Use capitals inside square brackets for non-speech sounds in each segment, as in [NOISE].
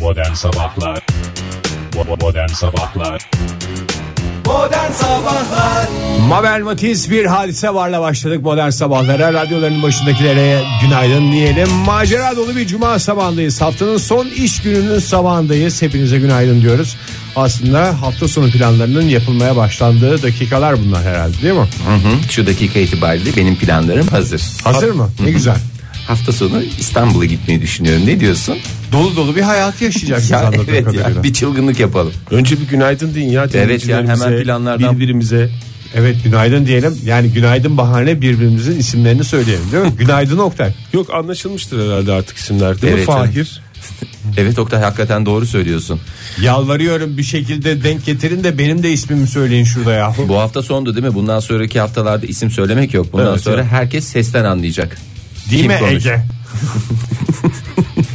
Modern Sabahlar Bo- Modern Sabahlar Modern Sabahlar Mabel Matiz bir hadise varla başladık modern sabahlara. Radyoların başındakilere günaydın diyelim. Macera dolu bir cuma sabahındayız. Haftanın son iş gününün sabahındayız. Hepinize günaydın diyoruz. Aslında hafta sonu planlarının yapılmaya başlandığı dakikalar bunlar herhalde değil mi? Şu dakika itibariyle benim planlarım hazır. Hazır mı? Ne güzel. Hafta sonu İstanbul'a gitmeyi düşünüyorum. Ne diyorsun? Dolu dolu bir hayatı yaşayacaksınız Ya anladığım evet kadarıyla. ya bir çılgınlık yapalım. Önce bir günaydın deyin ya. dinleyicilerimize, hemen planlardan- Birbirimize. Evet günaydın diyelim. Yani günaydın bahane birbirimizin isimlerini söyleyelim değil mi? günaydın Oktay. Yok anlaşılmıştır herhalde artık isimler değil mi? Evet, Fahir. Evet Oktay hakikaten doğru söylüyorsun. Yalvarıyorum bir şekilde denk getirin de benim de ismimi söyleyin şurada ya. Bu hafta sondu değil mi? Bundan sonraki haftalarda isim söylemek yok. Bundan Evet, sonra evet. herkes sesten anlayacak. Değil Kim mi konuş- Ege?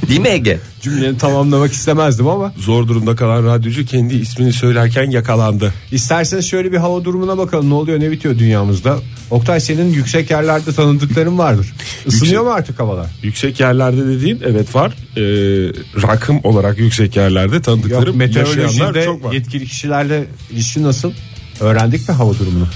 Değil [LAUGHS] mi Ege? Cümleni tamamlamak istemezdim ama Zor durumda kalan radyocu kendi ismini söylerken yakalandı. isterseniz şöyle bir hava durumuna bakalım ne oluyor ne bitiyor dünyamızda. Oktay senin yüksek yerlerde tanıdıkların vardır. Isınıyor mu artık havalar? Yüksek yerlerde dediğin evet var. Ee, rakım olarak yüksek yerlerde Yok, tanıdıklarım yaşayanlar meteorolojide çok var. yetkili kişilerle ilişki nasıl? Öğrendik mi hava durumunu?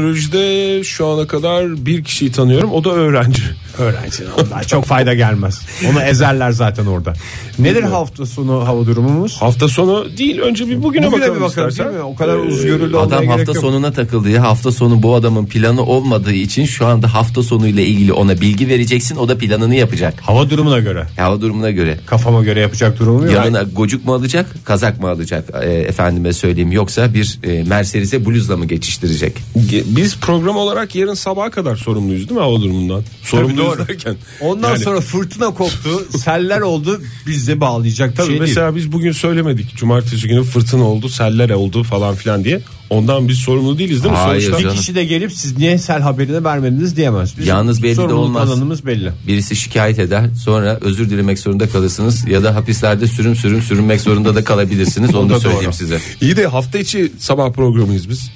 Meteorolojide şu ana kadar bir kişiyi tanıyorum o da öğrenci. Öğrenci ondan çok fayda gelmez. Onu ezerler zaten orada. Nedir hafta sonu hava durumumuz? Hafta sonu değil önce bir bugüne, Bugüne bakalım, bir bakalım istersen. değil mi? O kadar Ee, özgürlü olmaya Adam gerek hafta yok. sonuna takıldı ya. Hafta sonu bu adamın planı olmadığı için şu anda hafta sonuyla ilgili ona bilgi vereceksin. O da planını yapacak. Hava durumuna göre. Hava durumuna göre. Kafama göre yapacak durumum yok. Yanına gocuk mu alacak, kazak mı alacak e, efendime söyleyeyim yoksa bir e, Mercedes'e bluzla mı geçiştirecek? Ge- Biz program olarak yarın sabaha kadar sorumluyuz değil mi hava durumundan? Sorumluyuz doğru. derken. Ondan yani- sonra fırtına [LAUGHS] koptu, seller oldu. Biz de bağlayacak bir Tabii şey mesela biz bugün söylemedik. Cumartesi günü fırtına oldu, seller oldu falan filan diye. Ondan biz sorumlu değiliz değil mi? Hayır Sonuçta değil. canım. Bir kişi de gelip siz niye sel haberini vermediniz diyemez. Bizim Yalnız belli de sorumluluk olmaz. alanımız belli. Birisi şikayet eder sonra özür dilemek zorunda kalırsınız ya da hapislerde sürüm sürüm sürünmek zorunda da kalabilirsiniz onu da şey söyleyeyim size. iyi de hafta içi sabah programıyız biz.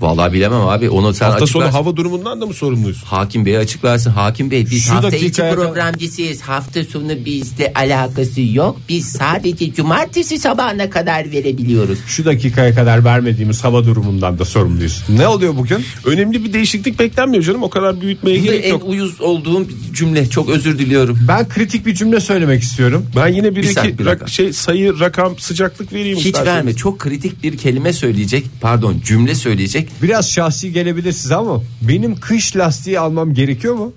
Vallahi bilemem abi onu sen Hafta sonu açıklarsın. hava durumundan da mı sorumluyuz? Hakim Bey'e açıklarsın. Hakim Bey biz Şu hafta içi dakikaya- programcısıyız. Hafta sonu bizle alakası yok. Biz sadece cumartesi sabahına kadar verebiliyoruz. Şu dakikaya kadar vermediğimiz hava durumundan da sorumluyuz. Ne oluyor bugün? Önemli bir değişiklik beklenmiyor canım. O kadar büyütmeye Bu da gerek en yok. uyuz olduğum cümle. Çok özür diliyorum. Ben kritik bir cümle söylemek istiyorum. Ben yine bir, Bir iki saat, bir rak- dakika. şey sayı, rakam, sıcaklık vereyim Hiç isterseniz. verme. Çok kritik bir kelime söyleyecek. Pardon cümle söyleyecek. Biraz şahsi gelebilir size ama benim kış lastiği almam gerekiyor mu?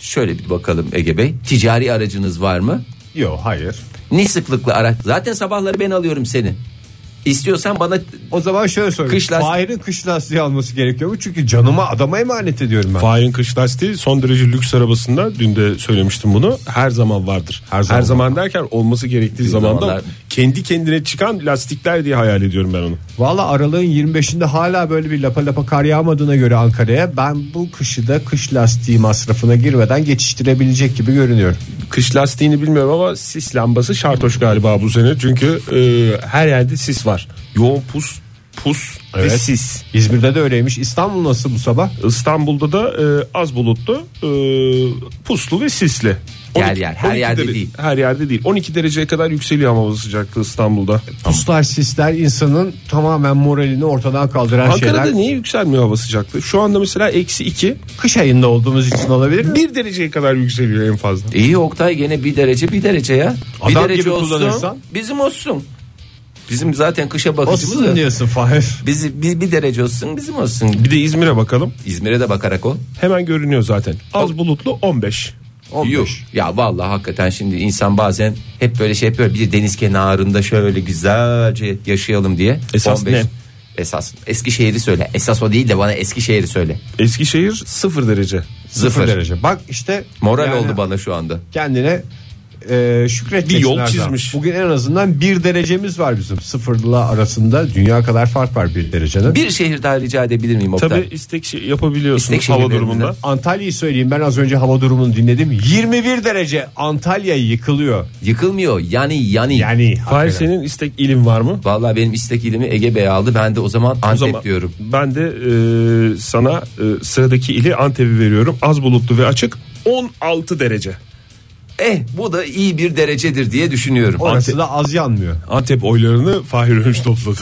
Şöyle bir bakalım Ege Bey. Ticari aracınız var mı? Yok hayır. Ne sıklıkla araç? Zaten sabahları ben alıyorum seni. İstiyorsan bana O zaman şöyle sorayım. Kış lastiği- Fahir'in kış lastiği alması gerekiyor mu? Çünkü canıma adama emanet ediyorum ben. Fahir'in kış lastiği son derece lüks arabasında dün de söylemiştim bunu her zaman vardır. Her Her zaman zaman, derken olması gerektiği zamanda zamanlar- kendi kendine çıkan lastikler diye hayal ediyorum ben onu. Valla aralığın 25'inde hala böyle bir lapa lapa kar yağmadığına göre Ankara'ya ben bu kışı da kış lastiği masrafına girmeden geçiştirebilecek gibi görünüyor. Kış lastiğini bilmiyorum ama sis lambası şartoş galiba bu sene çünkü e, her yerde sis var. Yoğun pus, pus ve sis. İzmir'de de öyleymiş. İstanbul nasıl bu sabah? İstanbul'da da e, az bulutlu, e, puslu ve sisli. Yer yer, her yerde dere- değil. Her yerde değil. 12 dereceye kadar yükseliyor ama hava sıcaklığı İstanbul'da. E, Puslar sisler insanın tamamen moralini ortadan kaldıran Ankara'da şeyler. niye yükselmiyor hava sıcaklığı? Şu anda mesela eksi 2 Kış ayında olduğumuz için olabilir mi? bir dereceye kadar yükseliyor en fazla. iyi Oktay gene bir derece bir derece ya. bir Adam derece gibi kullanırsan. bizim olsun. Bizim zaten kışa bakışımız Olsun o. diyorsun Fahir. Bizi bir, bir derece olsun bizim olsun. Bir de İzmir'e bakalım. İzmir'e de bakarak ol. Hemen görünüyor zaten. Az bulutlu 15. 15. Yok. Ya vallahi hakikaten şimdi insan bazen hep böyle şey yapıyor. Bir de deniz kenarında şöyle güzelce yaşayalım diye. Esas ne? Esas Eskişehir'i söyle. Esas o değil de bana Eskişehir'i söyle. Eskişehir 0 derece. Sıfır Sıfır. derece. Bak işte Moral yani oldu bana şu anda. Kendine e, şükret Bir yol geçsin Erdem. çizmiş. Bugün en azından bir derecemiz var bizim. Sıfırla arasında dünya kadar fark var bir derecenin. Bir şehir daha rica edebilir miyim Oktay? Tabii istek şey yapabiliyorsunuz İstek hava şehirlerinde. durumunda. Antalya'yı söyleyeyim ben az önce hava durumunu dinledim. 21 derece Antalya yıkılıyor. Yıkılmıyor. Yani yani. Yani Fahir hakikaten. senin istek ilim var mı? Vallahi benim istek ilimi Ege Bey aldı. Ben de o zaman Antep O zaman diyorum. Ben de e, sana e, sıradaki ili Antep'i veriyorum. Az bulutlu ve açık 16 derece. Eh bu da iyi bir derecedir diye düşünüyorum. Orası da az yanmıyor. Antep oylarını Fahir Önç topladı.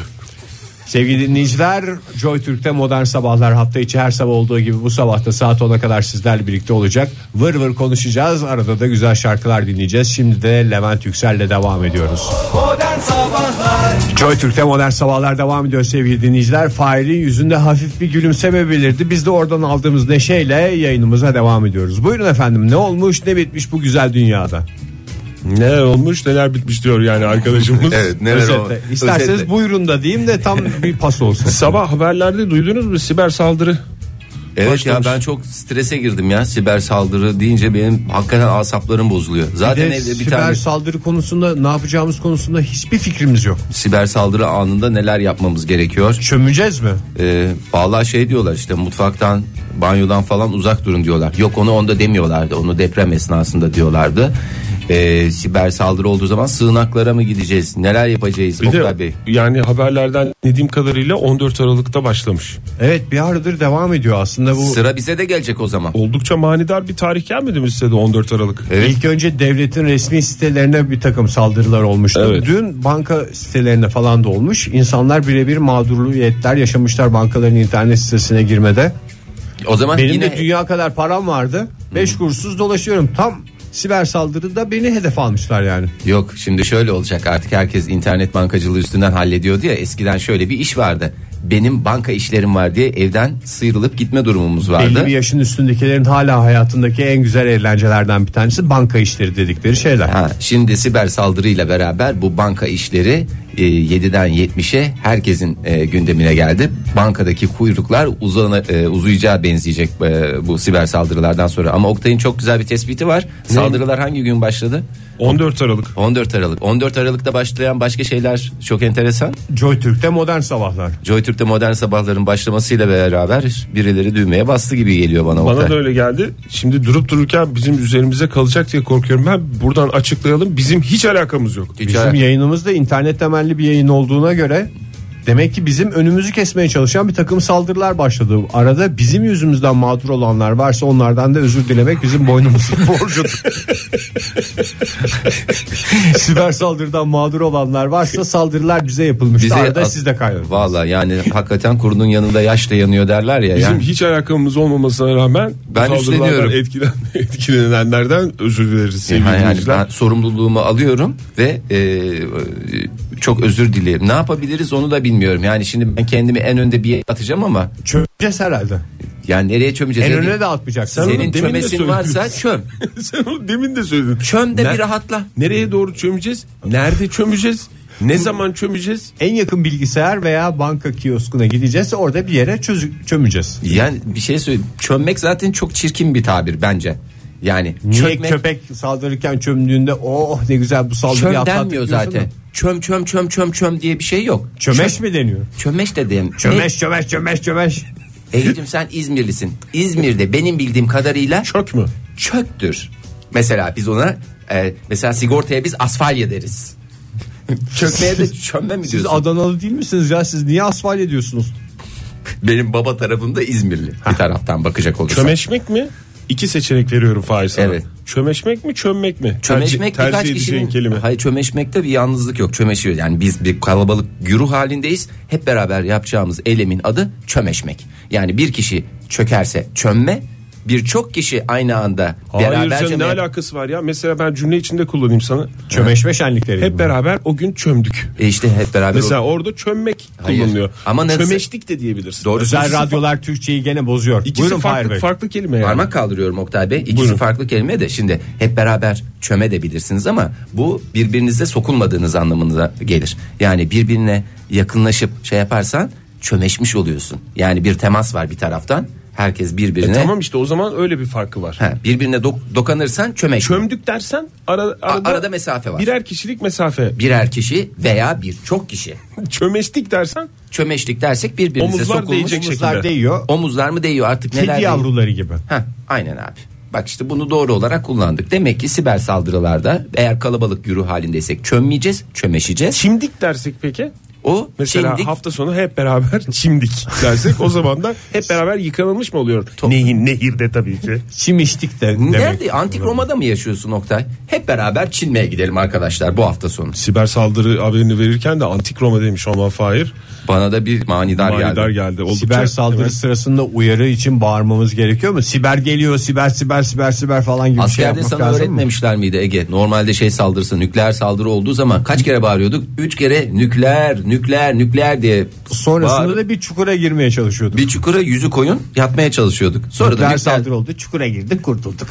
Sevgili dinleyiciler Joy Türk'te modern sabahlar hafta içi her sabah olduğu gibi bu sabahta saat 10'a kadar sizlerle birlikte olacak. Vır vır konuşacağız arada da güzel şarkılar dinleyeceğiz. Şimdi de Levent Yüksel'le devam ediyoruz. Modern Sabahlar Joy Türk'te modern sabahlar devam ediyor sevgili dinleyiciler. Fahir'in yüzünde hafif bir gülümseme belirdi. Biz de oradan aldığımız neşeyle yayınımıza devam ediyoruz. Buyurun efendim ne olmuş ne bitmiş bu güzel dünyada. Neler olmuş neler bitmiş diyor yani arkadaşımız. [LAUGHS] Evet neler o? Özetle. İsterseniz Özetle. buyurun da diyeyim de tam bir pas olsun. Sabah haberlerde duydunuz mu siber saldırı? Evet başlamış. ya ben çok strese girdim ya siber saldırı deyince benim hakikaten asaplarım bozuluyor. Zaten Bir de evde bir siber tane saldırı konusunda ne yapacağımız konusunda hiçbir fikrimiz yok. siber saldırı anında neler yapmamız gerekiyor? Çömeceğiz mi? Ee, vallahi şey diyorlar işte mutfaktan banyodan falan uzak durun diyorlar. Yok onu onda demiyorlardı onu deprem esnasında diyorlardı. Ee, siber saldırı olduğu zaman sığınaklara mı gideceğiz? Neler yapacağız Bir Oktay Bey? de yani haberlerden dediğim kadarıyla 14 Aralık'ta başlamış. Evet bir aradır devam ediyor aslında bu. Sıra bize de gelecek o zaman. Oldukça manidar bir tarih gelmedi mi size de 14 Aralık? Evet. İlk önce devletin resmi sitelerine bir takım saldırılar olmuştu. Evet. Dün banka sitelerine falan da olmuş. İnsanlar birebir mağduriyetler yaşamışlar bankaların internet sitesine girmede. O zaman Benim yine de dünya kadar param vardı. 5 kursuz dolaşıyorum. Tam siber saldırıda beni hedef almışlar yani. Yok şimdi şöyle olacak artık herkes internet bankacılığı üstünden hallediyordu ya eskiden şöyle bir iş vardı. Benim banka işlerim var diye evden sıyrılıp gitme durumumuz vardı. Belli bir yaşın üstündekilerin hala hayatındaki en güzel eğlencelerden bir tanesi banka işleri dedikleri şeyler. Ha, şimdi siber saldırıyla beraber bu banka işleri e, 7'den 70'e herkesin e, gündemine geldi. Bankadaki kuyruklar uzana, e, uzayacağı benzeyecek e, bu siber saldırılardan sonra. Ama Oktay'ın çok güzel bir tespiti var. Saldırılar hangi gün başladı? 14 Aralık. 14 Aralık. 14 Aralık'ta başlayan başka şeyler çok enteresan. Joy Türk'te modern sabahlar. JoyTürk'te modern sabahların başlamasıyla beraber birileri düğmeye bastı gibi geliyor bana. Bana Oktay. da öyle geldi. Şimdi durup dururken bizim üzerimize kalacak diye korkuyorum. Ben buradan açıklayalım. Bizim hiç alakamız yok. Hiç Bizim ara- yayınımız da internet temelli bir yayın olduğuna göre demek ki bizim önümüzü kesmeye çalışan bir takım saldırılar başladı. Arada bizim yüzümüzden mağdur olanlar varsa onlardan da özür dilemek bizim boynumuzun [LAUGHS] [LAUGHS] borcudur. Siber saldırıdan mağdur olanlar varsa saldırılar bize yapılmış. Bize- Arada siz de kaybedin. Valla yani hakikaten kurunun yanında yaş da yanıyor derler ya. Bizim yani. hiç alakamız olmamasına rağmen bu Ben saldırılardan üstleniyorum. etkilen, [LAUGHS] etkilenenlerden özür dileriz sevgili Yani ben dinleyiciler. sorumluluğumu alıyorum ve e, e, çok özür dilerim. Ne yapabiliriz onu da bilmiyorum. Yani şimdi ben kendimi en önde bir yere atacağım ama Çöpeceğiz herhalde. yani nereye çömeceğiz? En Senin- önüne de atmayacaksın. Sen- Senin Demin de çömesin söyledim. varsa çöm. [LAUGHS] Sen onu demin de söyledin. Çöm de Ne- bir rahatla. Nereye doğru çömeceğiz? Nerede çömeceğiz? Ne zaman çömeceğiz? En yakın bilgisayar veya banka kioskuna gideceğiz. Orada bir yere çözü- çömeceğiz. Yani bir şey söyleyeyim. Çömmek zaten çok çirkin bir tabir bence. Yani Niye çökmek- köpek saldırırken çömdüğünde oh ne güzel bu saldırıyı Çöm atlattık denmiyor diyorsun da. zaten. Çöm çöm çöm çöm çöm diye bir şey yok. Çömeş Çö- mi deniyor? çömeş de diyeyim. Çömeş çömeş çömeş çömeş. E, Ege'cim sen İzmirlisin. İzmir'de benim bildiğim kadarıyla Çök mü? çöktür. Mesela biz ona e, mesela sigortaya biz [LAUGHS] asfalya deriz. Çökmeye de çömme mi Siz diyorsun? Adanalı değil misiniz ya? Siz niye asfal ediyorsunuz? benim baba tarafım da İzmirli. Bir taraftan bakacak olursak. Çömeşmek mi? İki seçenek veriyorum Faiz sana. Evet. Çömeşmek mi çömmek mi? Çömeşmek tercih, birkaç tercih edeceğin kişinin kelime. Hayır çömeşmekte bir yalnızlık yok. Çömeşiyor. Yani biz bir kalabalık güruh halindeyiz. Hep beraber yapacağımız eylemin adı çömeşmek. Yani bir kişi çökerse çömme, birçok kişi aynı anda Hayır beraberce canım ne me- alakası var ya? Mesela ben cümle içinde kullanayım sana. Çömeşme şenlikleri. Hep beraber o gün çömdük. E işte hep beraber Mesela orada çömmek Hayır. kullanılıyor. Ama nasıl- Çömeştik de diyebilirsin. Doğru. Özel İkisi radyolar Türkçeyi gene bozuyor. İkisi Buyurun Fahir farklı, Bey. farklı kelime yani. Parmak kaldırıyorum Oktay Bey. İkisi Buyurun. farklı kelime de şimdi hep beraber çöme de bilirsiniz ama bu birbirinize sokulmadığınız anlamına gelir. Yani birbirine yakınlaşıp şey yaparsan çömeşmiş oluyorsun. Yani bir temas var bir taraftan. Herkes birbirine E, Tamam işte o zaman öyle bir farkı var. Ha, birbirine dok- dokanırsan çömeş. Çömdük dersen ara- arada, arada mesafe var. Birer kişilik mesafe. [LAUGHS] Birer er kişi veya birçok kişi. Çömeştik dersen Çömeşlik dersek birbirimize Omuzlar sokulmuş. değecek şey. şekilde. Omuzlar değiyor. Omuzlar mı değiyor artık neler Kedi değiyor? yavruları gibi. Ha, aynen abi. Bak işte bunu doğru olarak kullandık. Demek ki siber saldırılarda eğer kalabalık yürü halindeysek çömmeyeceğiz, çömeşeceğiz. çimdik dersek peki? O Mesela çimdik. hafta sonu hep [LAUGHS] beraber çimdik dersek o zaman da hep beraber yıkanılmış mı oluyor? Nehir, nehirde tabii [LAUGHS] ki. Çimiştik de demek. Nerede? Antik Roma'da mı yaşıyorsun Oktay? Hep beraber Çinme'ye gidelim arkadaşlar bu hafta sonu. Siber saldırı haberini verirken de antik Roma demiş Oman Fahir. Bana da bir manidar, Manidar geldi. geldi. Oldukça, Siber saldırı Evet. sırasında uyarı için bağırmamız gerekiyor mu? Siber geliyor, siber siber siber siber falan gibi bir şey Askerde yapmak sana lazım mı? öğretmemişler miydi Ege? Normalde şey saldırısı nükleer saldırı olduğu zaman kaç kere bağırıyorduk? Üç kere nükleer nükleer nükleer diye. Sonrasında bağırıp da bir çukura girmeye çalışıyorduk. bir çukura yüzü koyun yatmaya çalışıyorduk. Sonra da Nükleer nükleer, saldırı oldu. Çukura girdik kurtulduk.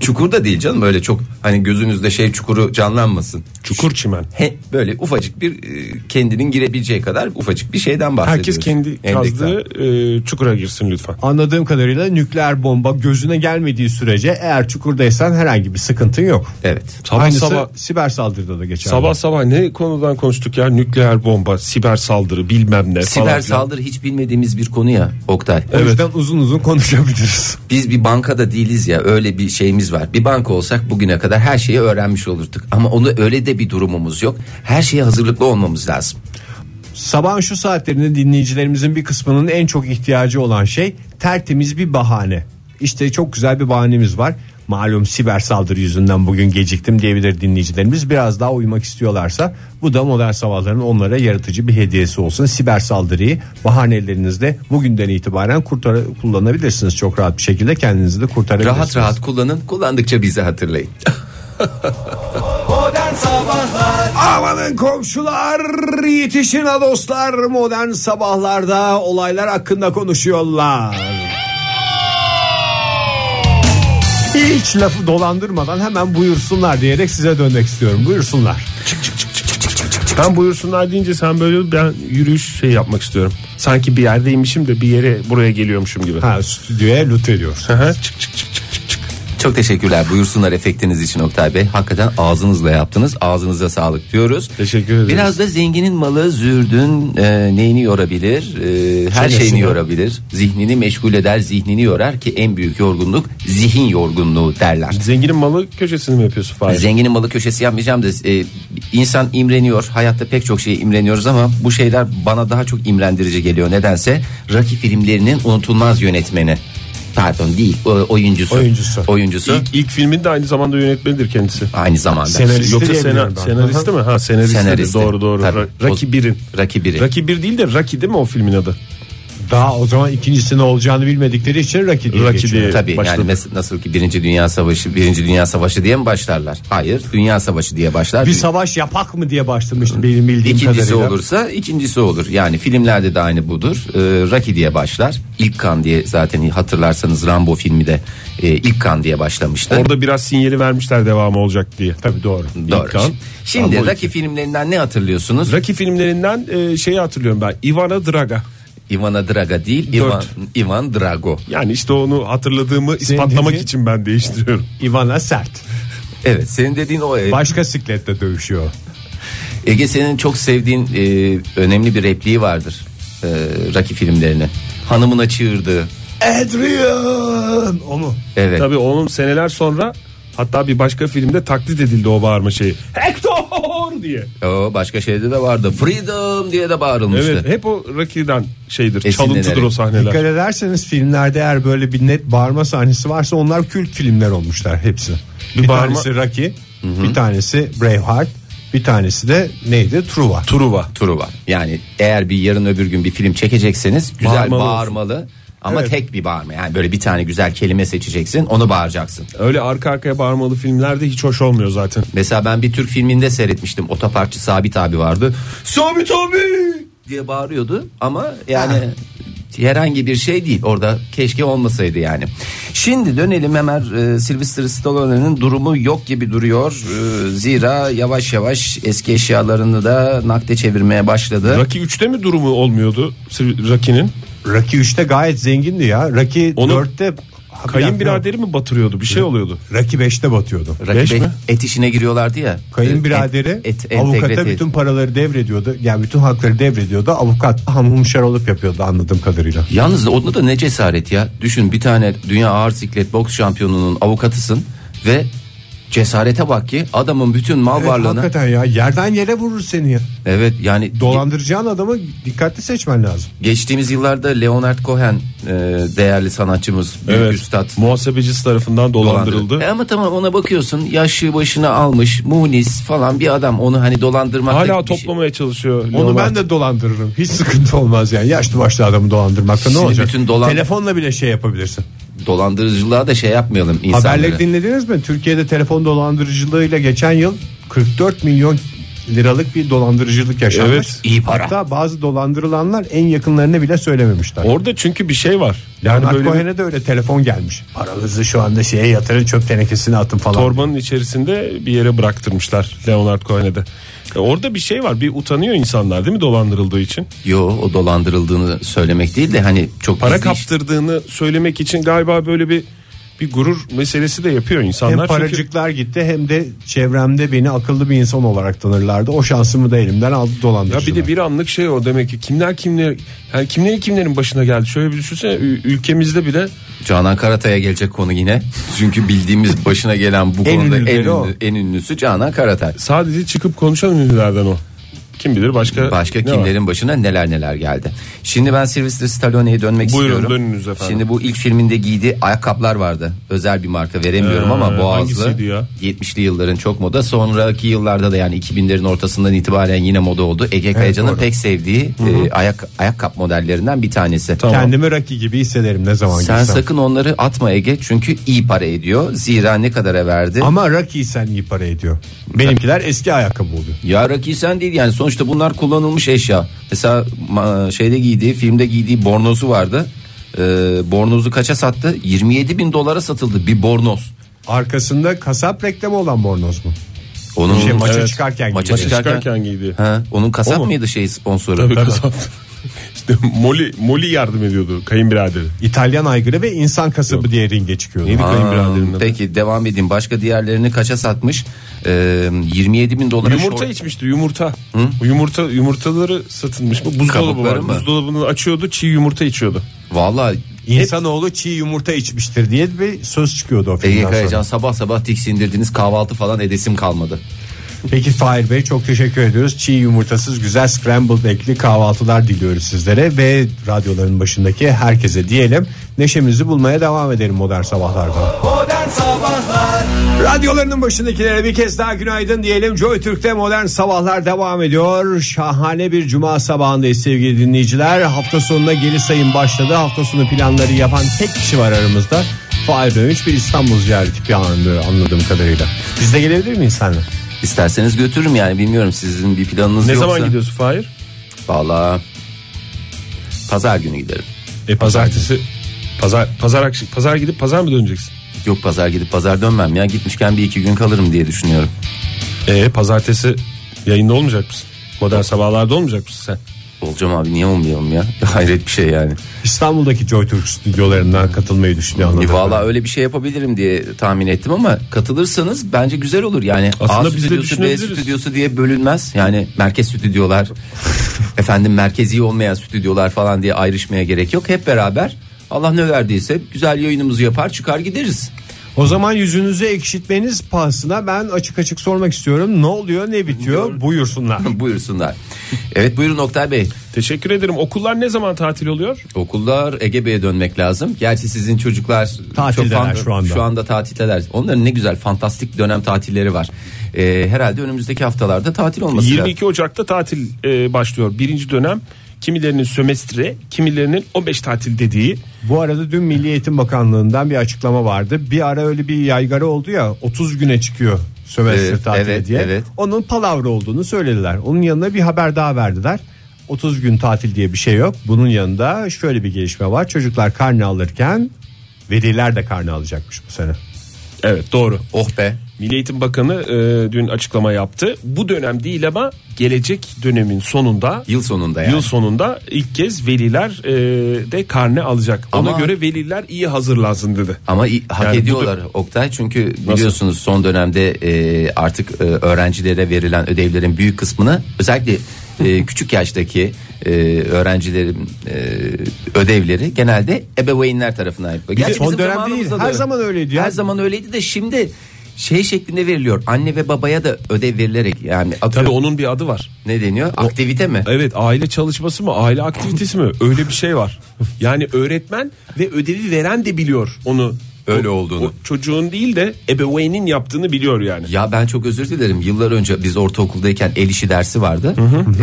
çukur da değil canım öyle çok hani gözünüzde şey çukuru canlanmasın. Çukur çimen. He, böyle ufacık bir e, kendinin girebileceği kadar ufacık bir şeyden bahsediyoruz. Herkes kendi Endekten. kazdığı e, çukura girsin lütfen. Anladığım kadarıyla nükleer bomba gözüne gelmediği sürece eğer çukurdaysan herhangi bir sıkıntın yok. Evet. Sabah Aynısı sabah siber saldırıda da geçerli. sabah sabah ne konudan konuştuk ya? Nükleer bomba, siber saldırı, bilmem ne falan. Siber filan. saldırı hiç bilmediğimiz bir konu ya Oktay. O yüzden uzun uzun konuşabiliriz. Biz bir bankada değiliz ya öyle bir şeyimiz var. Bir banka olsak bugüne kadar her şeyi öğrenmiş olurduk. Ama onu öyle de bir durumumuz yok. Her şeye hazırlıklı olmamız lazım. Sabahın şu saatlerinde dinleyicilerimizin bir kısmının en çok ihtiyacı olan şey tertemiz bir bahane. İşte çok güzel bir bahanemiz var. Malum siber saldırı yüzünden bugün geciktim diyebilir dinleyicilerimiz. Biraz daha uyumak istiyorlarsa bu da modern sabahların onlara yaratıcı bir hediyesi olsun. Siber saldırıyı bahanelerinizde bugünden itibaren kurtar kullanabilirsiniz çok rahat bir şekilde. Kendinizi de kurtarabilirsiniz. Rahat rahat kullanın. Kullandıkça bizi hatırlayın. Modern Sabahlar Amanın komşular yetişin ha dostlar modern sabahlarda olaylar hakkında konuşuyorlar. Hiç lafı dolandırmadan hemen buyursunlar diyerek size dönmek istiyorum. Buyursunlar. Ben buyursunlar deyince sen böyle ben yürüyüş şey yapmak istiyorum. Sanki bir yerdeymişim de bir yere buraya geliyormuşum gibi. Ha stüdyoya lütfediyoruz. Aha, çık çık çık çık çık çık. Çok teşekkürler buyursunlar efektiniz için Oktay Bey. Hakikaten ağzınızla yaptınız. Ağzınıza sağlık diyoruz. Teşekkür ederiz. Biraz da zenginin malı zürdün e, neyini yorabilir? E, her Çenesini. şeyini yorabilir. Zihnini meşgul eder, zihnini yorar ki en büyük yorgunluk zihin yorgunluğu derler. Zenginin malı köşesini mi yapıyorsun Fahir? Zenginin malı köşesi yapmayacağım da e, insan imreniyor. Hayatta pek çok şeye imreniyoruz ama bu şeyler bana daha çok imrendirici geliyor. Nedense Rocky filmlerinin unutulmaz yönetmeni. Pardon değil o- oyuncusu. Oyuncusu. Oyuncusu. İlk, ilk filmin de aynı zamanda yönetmenidir kendisi. Aynı zamanda. Senaryo. Senaristi Yoksa diyebilirim sena- ben. senaristi mi? Ha senaristi. Senaristi. Doğru doğru. Tabii. Ra- Rocky O- 1'in. Rocky biri. Rocky 1 değil de Rocky değil mi o filmin adı? Daha o zaman ikincisinin olacağını bilmedikleri için Rocky diye Rocky geçiyor. diye. Tabii Başladı. yani mes- nasıl ki Birinci Dünya Savaşı, Birinci Dünya Savaşı diye mi başlarlar? Hayır, Dünya Savaşı diye başlar. Bir Bir- savaş yapak mı diye başlamıştı benim bildiğim İkincisi kadarıyla. olursa ikincisi olur. Yani filmlerde de aynı budur. Ee, Rocky diye başlar. İlk kan diye zaten hatırlarsanız Rambo filmi de e, ilk kan diye başlamıştı. Orada biraz sinyali vermişler devamı olacak diye. Tabii doğru. Doğru. İlk kan. Şimdi Rambo Rocky filmlerinden ne hatırlıyorsunuz? Rocky filmlerinden e, şeyi hatırlıyorum ben. Ivana Draga. Ivana Draga değil, Dört. Ivan, Ivan Drago. Yani işte onu hatırladığımı ispatlamak dediğin- için ben [LAUGHS] değiştiriyorum. Ivana sert. Evet, senin dediğin o. e, Başka siklette dövüşüyor. Ege senin çok sevdiğin e, önemli bir repliği vardır. E, Rocky filmlerine. Hanımına çığırdığı. Adrian o mu? Evet. Tabii onun seneler sonra hatta bir başka filmde taklit edildi o bağırma şeyi. Hector diye. O başka şeyde de vardı. Freedom diye de bağırılmıştı. Evet hep o Rocky'den şeydir. Esinlenerek. Çalıntıdır o sahneler. Dikkat ederseniz filmlerde eğer böyle bir net bağırma sahnesi varsa onlar kült filmler olmuşlar hepsi. Bir, bağırma- tanesi Rocky, bir tanesi Braveheart, bir tanesi de neydi? Truva. Truva. Turu var. Yani eğer bir yarın öbür gün bir film çekecekseniz güzel Bağırmalı bağırmalı, olsun. ama tek bir bağırma. Yani böyle bir tane güzel kelime seçeceksin, onu bağıracaksın. Öyle arka arkaya bağırmalı filmlerde hiç hoş olmuyor zaten. Mesela ben bir Türk filminde seyretmiştim. Otoparkçı Sabit abi vardı. Sabit abi diye bağırıyordu ama yani herhangi bir şey değil. Orada keşke olmasaydı yani. Şimdi dönelim hemen e, Sylvester Stallone'nin durumu yok gibi duruyor. E, zira yavaş yavaş eski eşyalarını da nakde çevirmeye başladı. Rocky 3'te mi durumu olmuyordu Sir- Rocky'nin? Rocky 3'te gayet zengindi ya. Rocky Onu 4'te Kayınbiraderi mi batırıyordu? Bir şey oluyordu. Rocky 5'te batıyordu. Beş Rakibe mi? et işine giriyorlardı ya. E, Kayınbiraderi Et- et avukata entegreti. bütün paraları devrediyordu. Yani bütün hakları devrediyordu. Avukat hamhumşar olup yapıyordu anladığım kadarıyla. Yalnız da onda da ne cesaret ya. Düşün bir tane dünya ağır siklet boks şampiyonunun avukatısın ve Cesarete bak ki adamın bütün mal Evet, varlığını. hakikaten ya yerden yere vurur seni ya. Evet yani Dolandıracağın adamı dikkatli seçmen lazım. geçtiğimiz yıllarda Leonard Cohen e, değerli sanatçımız, büyük Evet. üstad Muhasebecisi tarafından dolandırıldı. E ama tamam ona bakıyorsun yaşlı başına almış munis falan bir adam onu hani dolandırmak Hala toplamaya çalışıyor. Onu ben de dolandırırım. Hiç sıkıntı olmaz yani. Yaşlı başlı adamı dolandırmakta ne Şimdi olacak? bütün dolan- Telefonla bile şey yapabilirsin. dolandırıcılığa da şey yapmayalım insanları. Haberleri dinlediniz mi? Türkiye'de telefon dolandırıcılığıyla geçen yıl 44 milyon liralık bir dolandırıcılık yaşanmış. Evet. İyi para. Hatta bazı dolandırılanlar en yakınlarını bile söylememişler. Orada çünkü bir şey var. Yani yani Leonard böyle bir Cohen'e de öyle telefon gelmiş. Paranızı şu anda şeye yatırın çöp tenekesine atın falan. torbanın içerisinde bir yere bıraktırmışlar Leonard Cohen'e de. E, orada bir şey var. Bir utanıyor insanlar değil mi dolandırıldığı için? Yo o dolandırıldığını söylemek değil de hani çok Para gizli iş- kaptırdığını söylemek için galiba böyle bir bir gurur meselesi de yapıyor Hem insanlar. Çünkü- paracıklar gitti hem de çevremde beni akıllı bir insan olarak tanırlardı. O şansımı da elimden aldı Ya dolandırıcılar. bir de bir anlık şey o demek ki kimler kimler yani kimlerin kimlerin başına geldi. Şöyle bir düşünsene ü- ülkemizde bile Canan Karatay'a gelecek konu yine. Çünkü bildiğimiz başına gelen bu En konuda en, ünlüleri o. ünlü, en ünlüsü Canan Karatay. sadece çıkıp konuşan ünlülerden o. Kim bilir başka Başka ne var? kimlerin başına neler neler geldi. Şimdi ben Sylvester Stallone'ye dönmek Buyurun, istiyorum. dönünüz efendim. Şimdi bu ilk filminde giydiği ayakkabılar vardı. Özel bir marka veremiyorum Ee, ama boğazlı. hangisiydi ya? 70'li yılların çok moda. Sonraki yıllarda da yani 2000'lerin ortasından itibaren yine moda oldu. Ege Kayacan'ın doğru. pek sevdiği e, ayak ayakkabı modellerinden bir tanesi. Tamam. Kendimi Rocky gibi hissederim ne zaman Sen gitsem. sakın onları atma Ege çünkü iyi para ediyor. Zira ne kadara verdi? Ama Rocky sen iyi para ediyor. Benimkiler eski ayakkabı oluyor. Ya Rocky sen değil yani sonuçta bunlar kullanılmış eşya. Mesela ma- şeyde giydiği filmde giydiği bornozu vardı. Ee, bornozu kaça sattı? 27 bin dolara satıldı bir bornoz. Arkasında kasap reklamı olan bornoz mu? Onun Şey, maça Evet. çıkarken Maça giymiş. çıkarken- çıkarken giydi. Ha, onun kasap O mu? mıydı şey sponsoru? Tabii kasap. [LAUGHS] işte Molly, Molly yardım ediyordu kayınbiraderi. İtalyan aygırı ve insan kasabı diye ringe çıkıyordu. Neydi Aa, kayınbiraderinin adı? peki devam edeyim. Başka diğerlerini kaça satmış? Ee, 27 bin dolara Yumurta şort- içmişti yumurta. Bu Yumurta yumurtaları satılmış mı? Buzdolabı Kabukları var. mı? Buzdolabını açıyordu, çiğ yumurta içiyordu. Vallahi İnsanoğlu çiğ yumurta içmiştir diye bir söz çıkıyordu o Ege filmden Kayacan sonra. sabah sabah tiksindirdiniz kahvaltı falan edesim kalmadı. Peki Fahir Bey çok teşekkür ediyoruz. Çiğ yumurtasız güzel scrambled egg'li kahvaltılar diliyoruz sizlere ve radyoların başındaki herkese diyelim. Neşemizi bulmaya devam edelim modern sabahlarda. Modern Sabahlar Radyolarının başındakilere bir kez daha günaydın diyelim. Joy Türk'te modern sabahlar devam ediyor. Şahane bir cuma sabahındayız sevgili dinleyiciler. Hafta sonuna geri sayım başladı. Hafta sonu planları yapan tek kişi var aramızda. Fahir Öğünç bir İstanbul ziyareti planı anladığım kadarıyla. Biz de gelebilir miyiz seninle? İsterseniz götürürüm yani bilmiyorum sizin bir planınız Ne yoksa. zaman gidiyorsun Fahir? Valla pazar günü giderim. E pazartesi. Pazar pazar akşam pazar gidip pazar mı döneceksin? Yok pazar gidip pazar dönmem ya gitmişken bir iki gün kalırım diye düşünüyorum. E pazartesi yayında olmayacak mısın? Modern sabahlarda olmayacak mısın sen? Olacağım abi niye olmayalım ya [LAUGHS] hayret bir şey yani. İstanbul'daki Joy Türk stüdyolarından katılmayı düşünüyor anladığım E, Valla kadarıyla. öyle bir şey yapabilirim diye tahmin ettim ama katılırsanız bence güzel olur yani. Aslında biz A de stüdyosu B düşünebiliriz. stüdyosu diye bölünmez yani [LAUGHS] merkez stüdyolar efendim merkezi olmayan stüdyolar falan diye ayrışmaya gerek yok. Hep beraber Allah ne verdiyse güzel yayınımızı yapar çıkar gideriz. O zaman yüzünüzü ekşitmeniz pahasına ben açık açık sormak istiyorum. Ne oluyor ne bitiyor buyursunlar. Buyursunlar. Evet buyurun Oktay Bey. Teşekkür ederim. Okullar ne zaman tatil oluyor? Okullar Ege Bey'e dönmek lazım. Gerçi sizin çocuklar Tatildeler şu anda. Şu anda tatildeler. Onların ne güzel fantastik dönem tatilleri var. Ee, herhalde önümüzdeki haftalarda tatil olması lazım. 22 Ocak'ta tatil e, başlıyor. Birinci dönem kimilerinin sömestre, kimilerinin 15 tatil dediği. Bu arada dün Milli Eğitim Bakanlığı'ndan bir açıklama vardı. Bir ara öyle bir yaygara oldu ya 30 güne çıkıyor sömestr Evet, tatili evet, diye. evet. Onun palavra olduğunu söylediler. Onun yanına bir haber daha verdiler. 30 gün tatil diye bir şey yok. Bunun yanında şöyle bir gelişme var. Çocuklar karne alırken veliler de karne alacakmış bu sene. Evet doğru. Oh be. Milli Eğitim Bakanı e, dün açıklama yaptı. Bu dönem değil ama gelecek dönemin sonunda Yıl sonunda yani. Yıl sonunda ilk kez veliler e, de karne alacak. Ona Ama- göre veliler iyi hazırlansın dedi. Ama i- hak Yani bu ediyorlar Oktay çünkü biliyorsunuz son dönemde e, artık e, öğrencilere verilen ödevlerin büyük kısmını özellikle [LAUGHS] e, küçük yaştaki e, öğrencilerin e, ödevleri genelde ebeveynler tarafından yapılıyor. Gerçi son bizim dönem zamanımızda değil, da her öyle. zaman öyleydi ya. Her zaman öyleydi de şimdi şey şeklinde veriliyor. Anne ve babaya da ödev verilerek yani Tabii atıyorum. onun bir adı var. ne deniyor? Aktivite mi? Evet aile çalışması mı aile aktivitesi mi öyle bir şey var. Yani öğretmen ve ödevi veren de biliyor onu. Öyle O- olduğunu. o çocuğun değil de ebeveynin yaptığını biliyor yani. Ya ben çok özür dilerim. Yıllar önce biz ortaokuldayken el işi dersi vardı.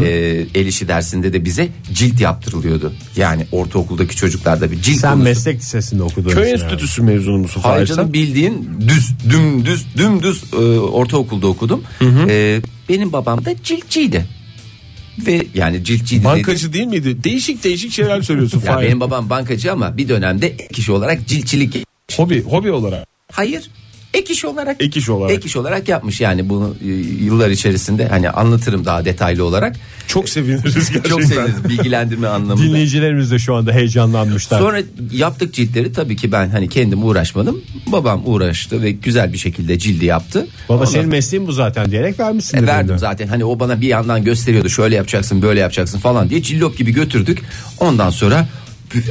Ee, el işi dersinde de bize cilt yaptırılıyordu. Yani ortaokuldaki çocuklarda bir cilt Sen konusu. meslek lisesinde okudun. Köy Yani. enstitüsü mezunu musun? Hayır Fahir canım, sen? bildiğin düz dümdüz dümdüz e, ortaokulda okudum. Ee, benim babam da ciltçiydi. Ve yani ciltçiydi. dedi. Bankacı değil miydi? Değişik değişik şeyler söylüyorsun Ya Fahir. benim babam bankacı ama bir dönemde ek kişi olarak ciltçilik Hobi, hobi olarak. Hayır. Ek iş olarak. Ek iş olarak. Ek iş olarak yapmış yani bunu e, yıllar içerisinde hani anlatırım daha detaylı olarak. Çok seviniriz gerçekten. Çok seviniriz bilgilendirme anlamında. Dinleyicilerimiz de şu anda heyecanlanmışlar. Sonra yaptık ciltleri tabii ki ben hani kendim uğraşmadım. Babam uğraştı ve güzel bir şekilde cildi yaptı. Baba Ondan- senin mesleğin bu zaten diyerek vermişsin. E, de verdim benden. zaten hani o bana bir yandan gösteriyordu şöyle yapacaksın böyle yapacaksın falan diye cillop gibi götürdük. Ondan sonra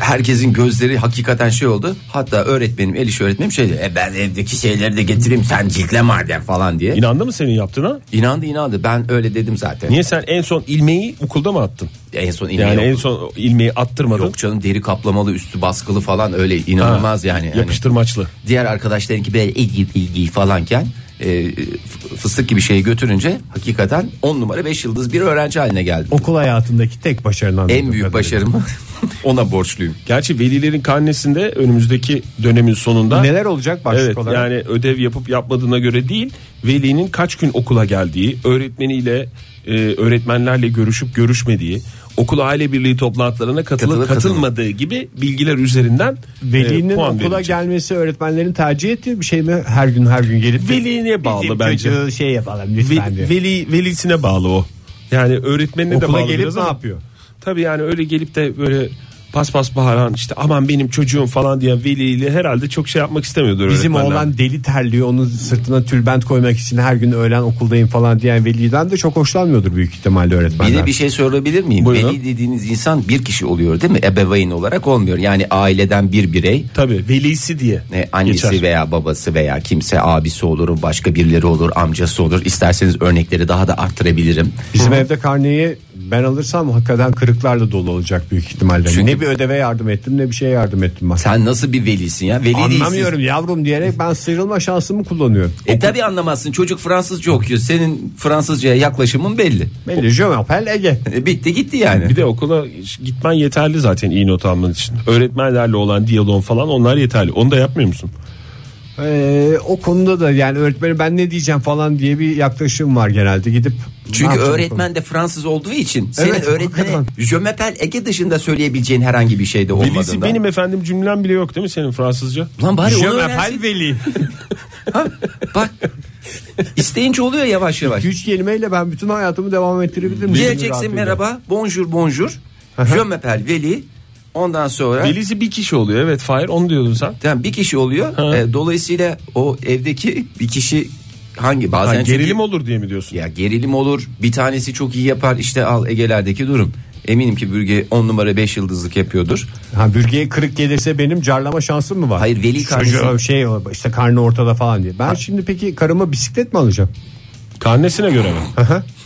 herkesin gözleri hakikaten şey oldu. Hatta öğretmenim el işi öğretmenim şey dedi. E ben evdeki şeyleri de getireyim sen ciltle madem falan diye. İnandı mı senin yaptığına? İnandı inandı ben öyle dedim zaten. Niye sen en son ilmeği okulda mı attın? En son ilmeği Yani en yok. son ilmeği attırmadın. Yok canım deri kaplamalı üstü baskılı falan öyle inanılmaz yani. Hani Yapıştırmaçlı. diğer arkadaşlarınki böyle ilgi ilgi falanken e, f- fıstık gibi şeyi götürünce hakikaten 10 numara 5 yıldız bir öğrenci haline geldim. Okul hayatındaki tek başarılan. en büyük başarımı ona borçluyum. Gerçi velilerin karnesinde önümüzdeki dönemin sonunda Neler olacak başlık Evet olarak? yani ödev yapıp yapmadığına göre değil velinin kaç gün okula geldiği öğretmeniyle e, öğretmenlerle görüşüp görüşmediği okul aile birliği toplantılarına katılıp Katılıp katılmadığı gibi bilgiler üzerinden e, Velinin puan okula verilecek. gelmesi öğretmenlerin tercih ettiği bir şey mi? Her gün her gün gelip de- Veliğine bağlı Bizim bence. çocuğu şey yapalım Ve- lütfen diye. veli velisine bağlı o. Yani öğretmenine de Okula bağlı. gelip biraz ne ama- yapıyor? Tabii yani öyle gelip de böyle pas pas bağıran işte aman benim çocuğum falan diyen veliyle herhalde çok şey yapmak istemiyordur Bizim öğretmenler. oğlan deli terliyor onun sırtına tülbent koymak için her gün öğlen okuldayım falan diyen veliden de çok hoşlanmıyordur büyük ihtimalle öğretmenler. Bir de bir şey sorabilir miyim? Buyurun. Veli dediğiniz insan bir kişi oluyor değil mi? Ebeveyn olarak olmuyor. Yani aileden bir birey. Tabii velisi diye. E, annesi geçer. veya babası veya kimse abisi olur başka birileri olur amcası olur isterseniz örnekleri daha da arttırabilirim Bizim evde karneyi ben alırsam hakikaten kırıklarla dolu olacak büyük ihtimalle. Çünkü- ne bir ödeve yardım ettim ne bir şeye yardım ettim. Ben. sen nasıl bir velisin ya veli Anlamıyorum değilsin yavrum diyerek ben sıyrılma şansımı kullanıyorum. e tabi anlamazsın çocuk Fransızca okuyor senin Fransızcaya yaklaşımın belli Belli je m'appelle [LAUGHS] Ege. E, bitti gitti yani Bir de okula gitmen yeterli zaten iyi not alman için. Öğretmenlerle olan diyaloğun falan onlar yeterli. Onu da yapmıyor musun? Ee, o konuda da yani öğretmeni ben ne diyeceğim falan diye bir yaklaşım var genelde gidip. ne çünkü yapacağım öğretmen de Fransız olduğu için senin Evet, öğretmene hakikaten. Je m'appelle Ege dışında söyleyebileceğin herhangi bir şey de Velisi olmadığında benim efendim cümlem bile yok değil mi senin Fransızca? Lan bari Je onu m'appelle [LAUGHS] öğrensin. Veli. Ha, bak isteyince oluyor yavaş yavaş Üç kelimeyle ben bütün hayatımı devam ettirebilirim. Diyeceksin merhaba, bonjour bonjour. Je m'appelle Veli. Ondan sonra Velisi bir kişi oluyor evet Fahir onu diyordun sen. tamam bir kişi oluyor. Ha. E, dolayısıyla o evdeki bir kişi hangi Ha, bazen gerilim çünkü- olur diye mi diyorsun? ya gerilim olur. Bir tanesi çok iyi yapar. işte al Ege'lerdeki durum. Eminim ki bürge 10 numara 5 yıldızlık yapıyordur. Ha bürgeye kırık gelirse benim carlama şansım mı var? Hayır, veli karnesi- Çocuğu şey o, işte karnı ortada falan diye. Ben şimdi peki karıma bisiklet mi alacağım? Karnesine göre [LAUGHS] mi?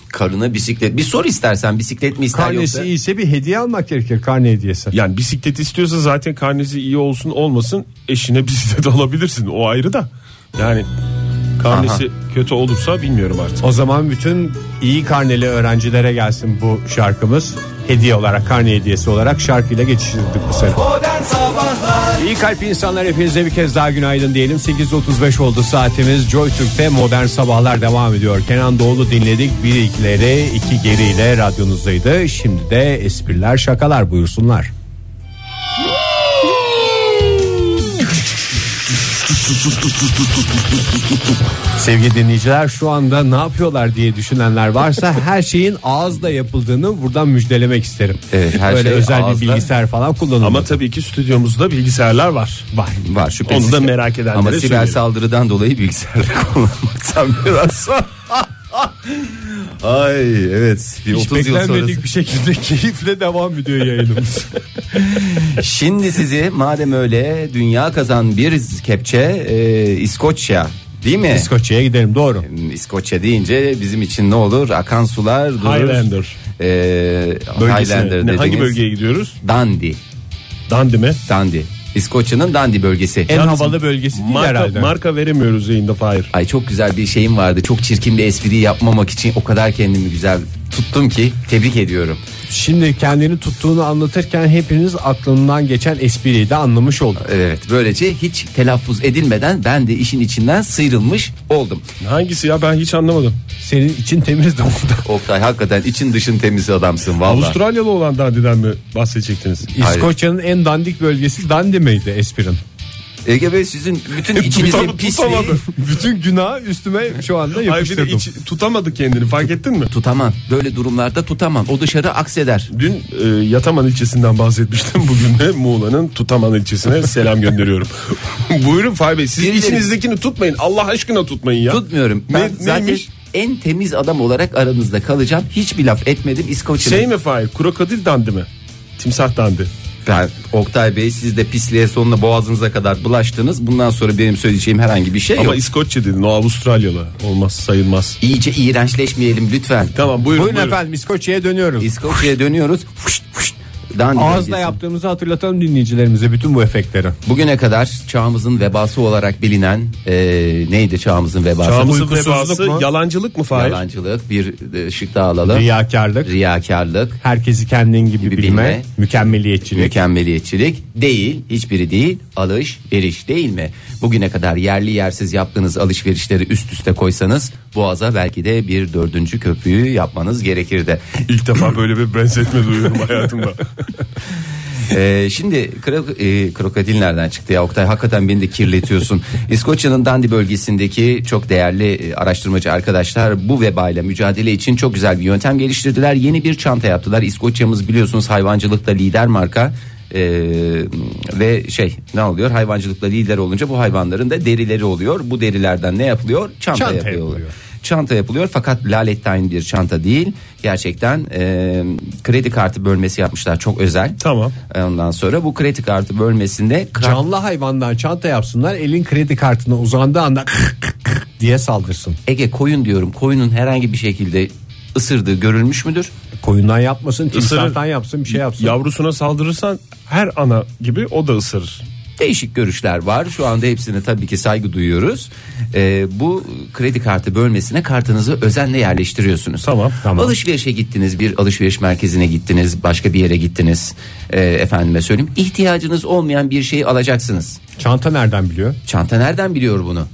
Karına bisiklet. Bir sor istersen bisiklet mi ister Karnesi yoksa? iyiyse bir hediye almak gerekir karne hediyesi. yani bisiklet istiyorsa zaten karnesi iyi olsun olmasın eşine bisiklet [LAUGHS] alabilirsin o ayrı da. Yani karnesi kötü olursa bilmiyorum artık. O zaman bütün iyi karneli öğrencilere gelsin bu şarkımız. Hediye olarak karne hediyesi olarak şarkıyla geçiştirdik bu sene. Modern Sabahlar İyi kalp insanlar hepinize bir kez daha günaydın diyelim. 8.35 oldu saatimiz. Joy Türk'te modern sabahlar devam ediyor. Kenan Doğulu dinledik. Bir ikileri iki geriyle radyonuzdaydı. Şimdi de espriler şakalar buyursunlar. Sevgili dinleyiciler şu anda ne yapıyorlar diye düşünenler varsa her şeyin ağızla yapıldığını buradan müjdelemek isterim. Evet, her Böyle şey özel ağızla. bir bilgisayar falan kullanılmıyor. Ama tabii ki stüdyomuzda bilgisayarlar var. var. Var şüphesiz. Onu da ki. merak edenlere Ama siber söyleyelim. saldırıdan dolayı bilgisayarı [LAUGHS] kullanmaktan biraz sonra. Ay evet bir 30 yıl sonrası. [LAUGHS] bir şekilde keyifle devam ediyor [LAUGHS] yayınımız. şey. Şimdi sizi madem öyle dünya kazan bir kepçe e, İskoçya Değil mi? İskoçya'ya gidelim doğru. İskoçya deyince bizim için ne olur? Akan sular durur. Highlander. Ee, Bölgesine. Highlander Ne, dediniz. hangi bölgeye gidiyoruz? Dundee. Dandy mi? Dundee. İskoçya'nın Dundee bölgesi. En havalı bölgesi değil Marka, herhalde. marka veremiyoruz yayında Fahir. Ay çok güzel bir şeyim vardı. Çok çirkin bir espri yapmamak için o kadar kendimi güzel tuttum ki tebrik ediyorum. Şimdi kendini tuttuğunu anlatırken hepiniz aklından geçen espriyi de anlamış olduk. Evet böylece hiç telaffuz edilmeden ben de işin içinden sıyrılmış oldum. Hangisi ya ben hiç anlamadım. Senin için temiz de oldu. Oktay hakikaten için dışın temiz adamsın valla. Avustralyalı olan Dandy'den mi bahsedecektiniz? İskoçya'nın en dandik bölgesi Dandi miydi esprin? Ege Bey sizin [LAUGHS] bütün içinizin Tutamadı, pisliği. tutamadı. [LAUGHS] Bütün günah üstüme şu anda Ay bir de yapıştırdım. iç- tutamadı kendini fark ettin mi? Tutamam böyle durumlarda tutamam o dışarı akseder. Dün e, Yataman ilçesinden bahsetmiştim. [LAUGHS] Bugün de Muğla'nın Tutaman [LAUGHS] ilçesine selam gönderiyorum. [LAUGHS] Buyurun Fahir Bey siz Birileri- içinizdekini tutmayın. Allah aşkına tutmayın ya. Tutmuyorum Ne- ben zaten neymiş? en temiz adam olarak aranızda kalacağım. Hiçbir laf etmedim İskoçya'da. Şey mi Fahir? Krokodil dandı mı? Timsah dandı. Ben, Oktay Bey siz de pisliğe sonuna boğazınıza kadar bulaştınız. Bundan sonra benim söyleyeceğim herhangi bir şey Ama yok. İskoçya dedin o Avustralyalı. Olmaz sayılmaz. İyice iğrençleşmeyelim lütfen. Tamam buyurun. Buyurun buyurun. efendim İskoçya'ya dönüyoruz. İskoçya'ya dönüyoruz. Fışt fışt. Dandini Ağızla bölgesi. yaptığımızı hatırlatalım dinleyicilerimize bütün bu efektleri. Bugüne kadar çağımızın vebası olarak bilinen e, neydi çağımızın vebası? Çağımızın Uykusuzluk vebası mu? yalancılık mı Fahir? Yalancılık bir e, şık daha alalım. Riyakarlık, Riyakarlık, herkesi kendin gibi, Gibi bilme, bilme. mükemmeliyetçilik. mükemmeliyetçilik değil. Hiçbiri değil. Alışveriş değil mi? Bugüne kadar yerli yersiz yaptığınız alışverişleri üst üste koysanız boğaza belki de bir dördüncü köprüyü yapmanız gerekirdi. İlk defa böyle bir benzetme duyuyorum [LAUGHS] hayatımda. Ee, şimdi kro- e, krokodil nereden çıktı ya Oktay hakikaten beni de [LAUGHS] kirletiyorsun. İskoçya'nın Dundee bölgesindeki çok değerli e, araştırmacı arkadaşlar bu vebayla mücadele için çok güzel bir yöntem geliştirdiler. Yeni bir çanta yaptılar. İskoçya'mız biliyorsunuz hayvancılıkta lider marka. Ee, ve şey ne oluyor hayvancılıkta lider olunca bu hayvanların da derileri oluyor bu derilerden ne yapılıyor çanta, Çanta yapılıyor. yapılıyor. Çanta yapılıyor fakat lalettayn bir çanta değil gerçekten e, kredi kartı bölmesi yapmışlar çok özel Tamam. Ondan sonra bu kredi kartı bölmesinde kra- Canlı hayvandan çanta yapsınlar elin kredi kartına uzandığı [LAUGHS] anda diye saldırsın. Ege koyun diyorum. Koyunun herhangi bir şekilde ısırdığı görülmüş müdür? Koyundan yapmasın, Isırır. timsahtan yapsın bir şey yapsın. Yavrusuna saldırırsan her ana gibi o da ısırır. Değişik görüşler var. Şu anda hepsine tabii ki saygı duyuyoruz. Ee, bu kredi kartı bölmesine kartınızı özenle yerleştiriyorsunuz. Tamam, tamam. Alışverişe gittiniz, bir alışveriş merkezine gittiniz, başka bir yere gittiniz. Ee, efendime söyleyeyim. İhtiyacınız olmayan bir şeyi alacaksınız. Çanta nereden biliyor? Çanta nereden biliyor bunu?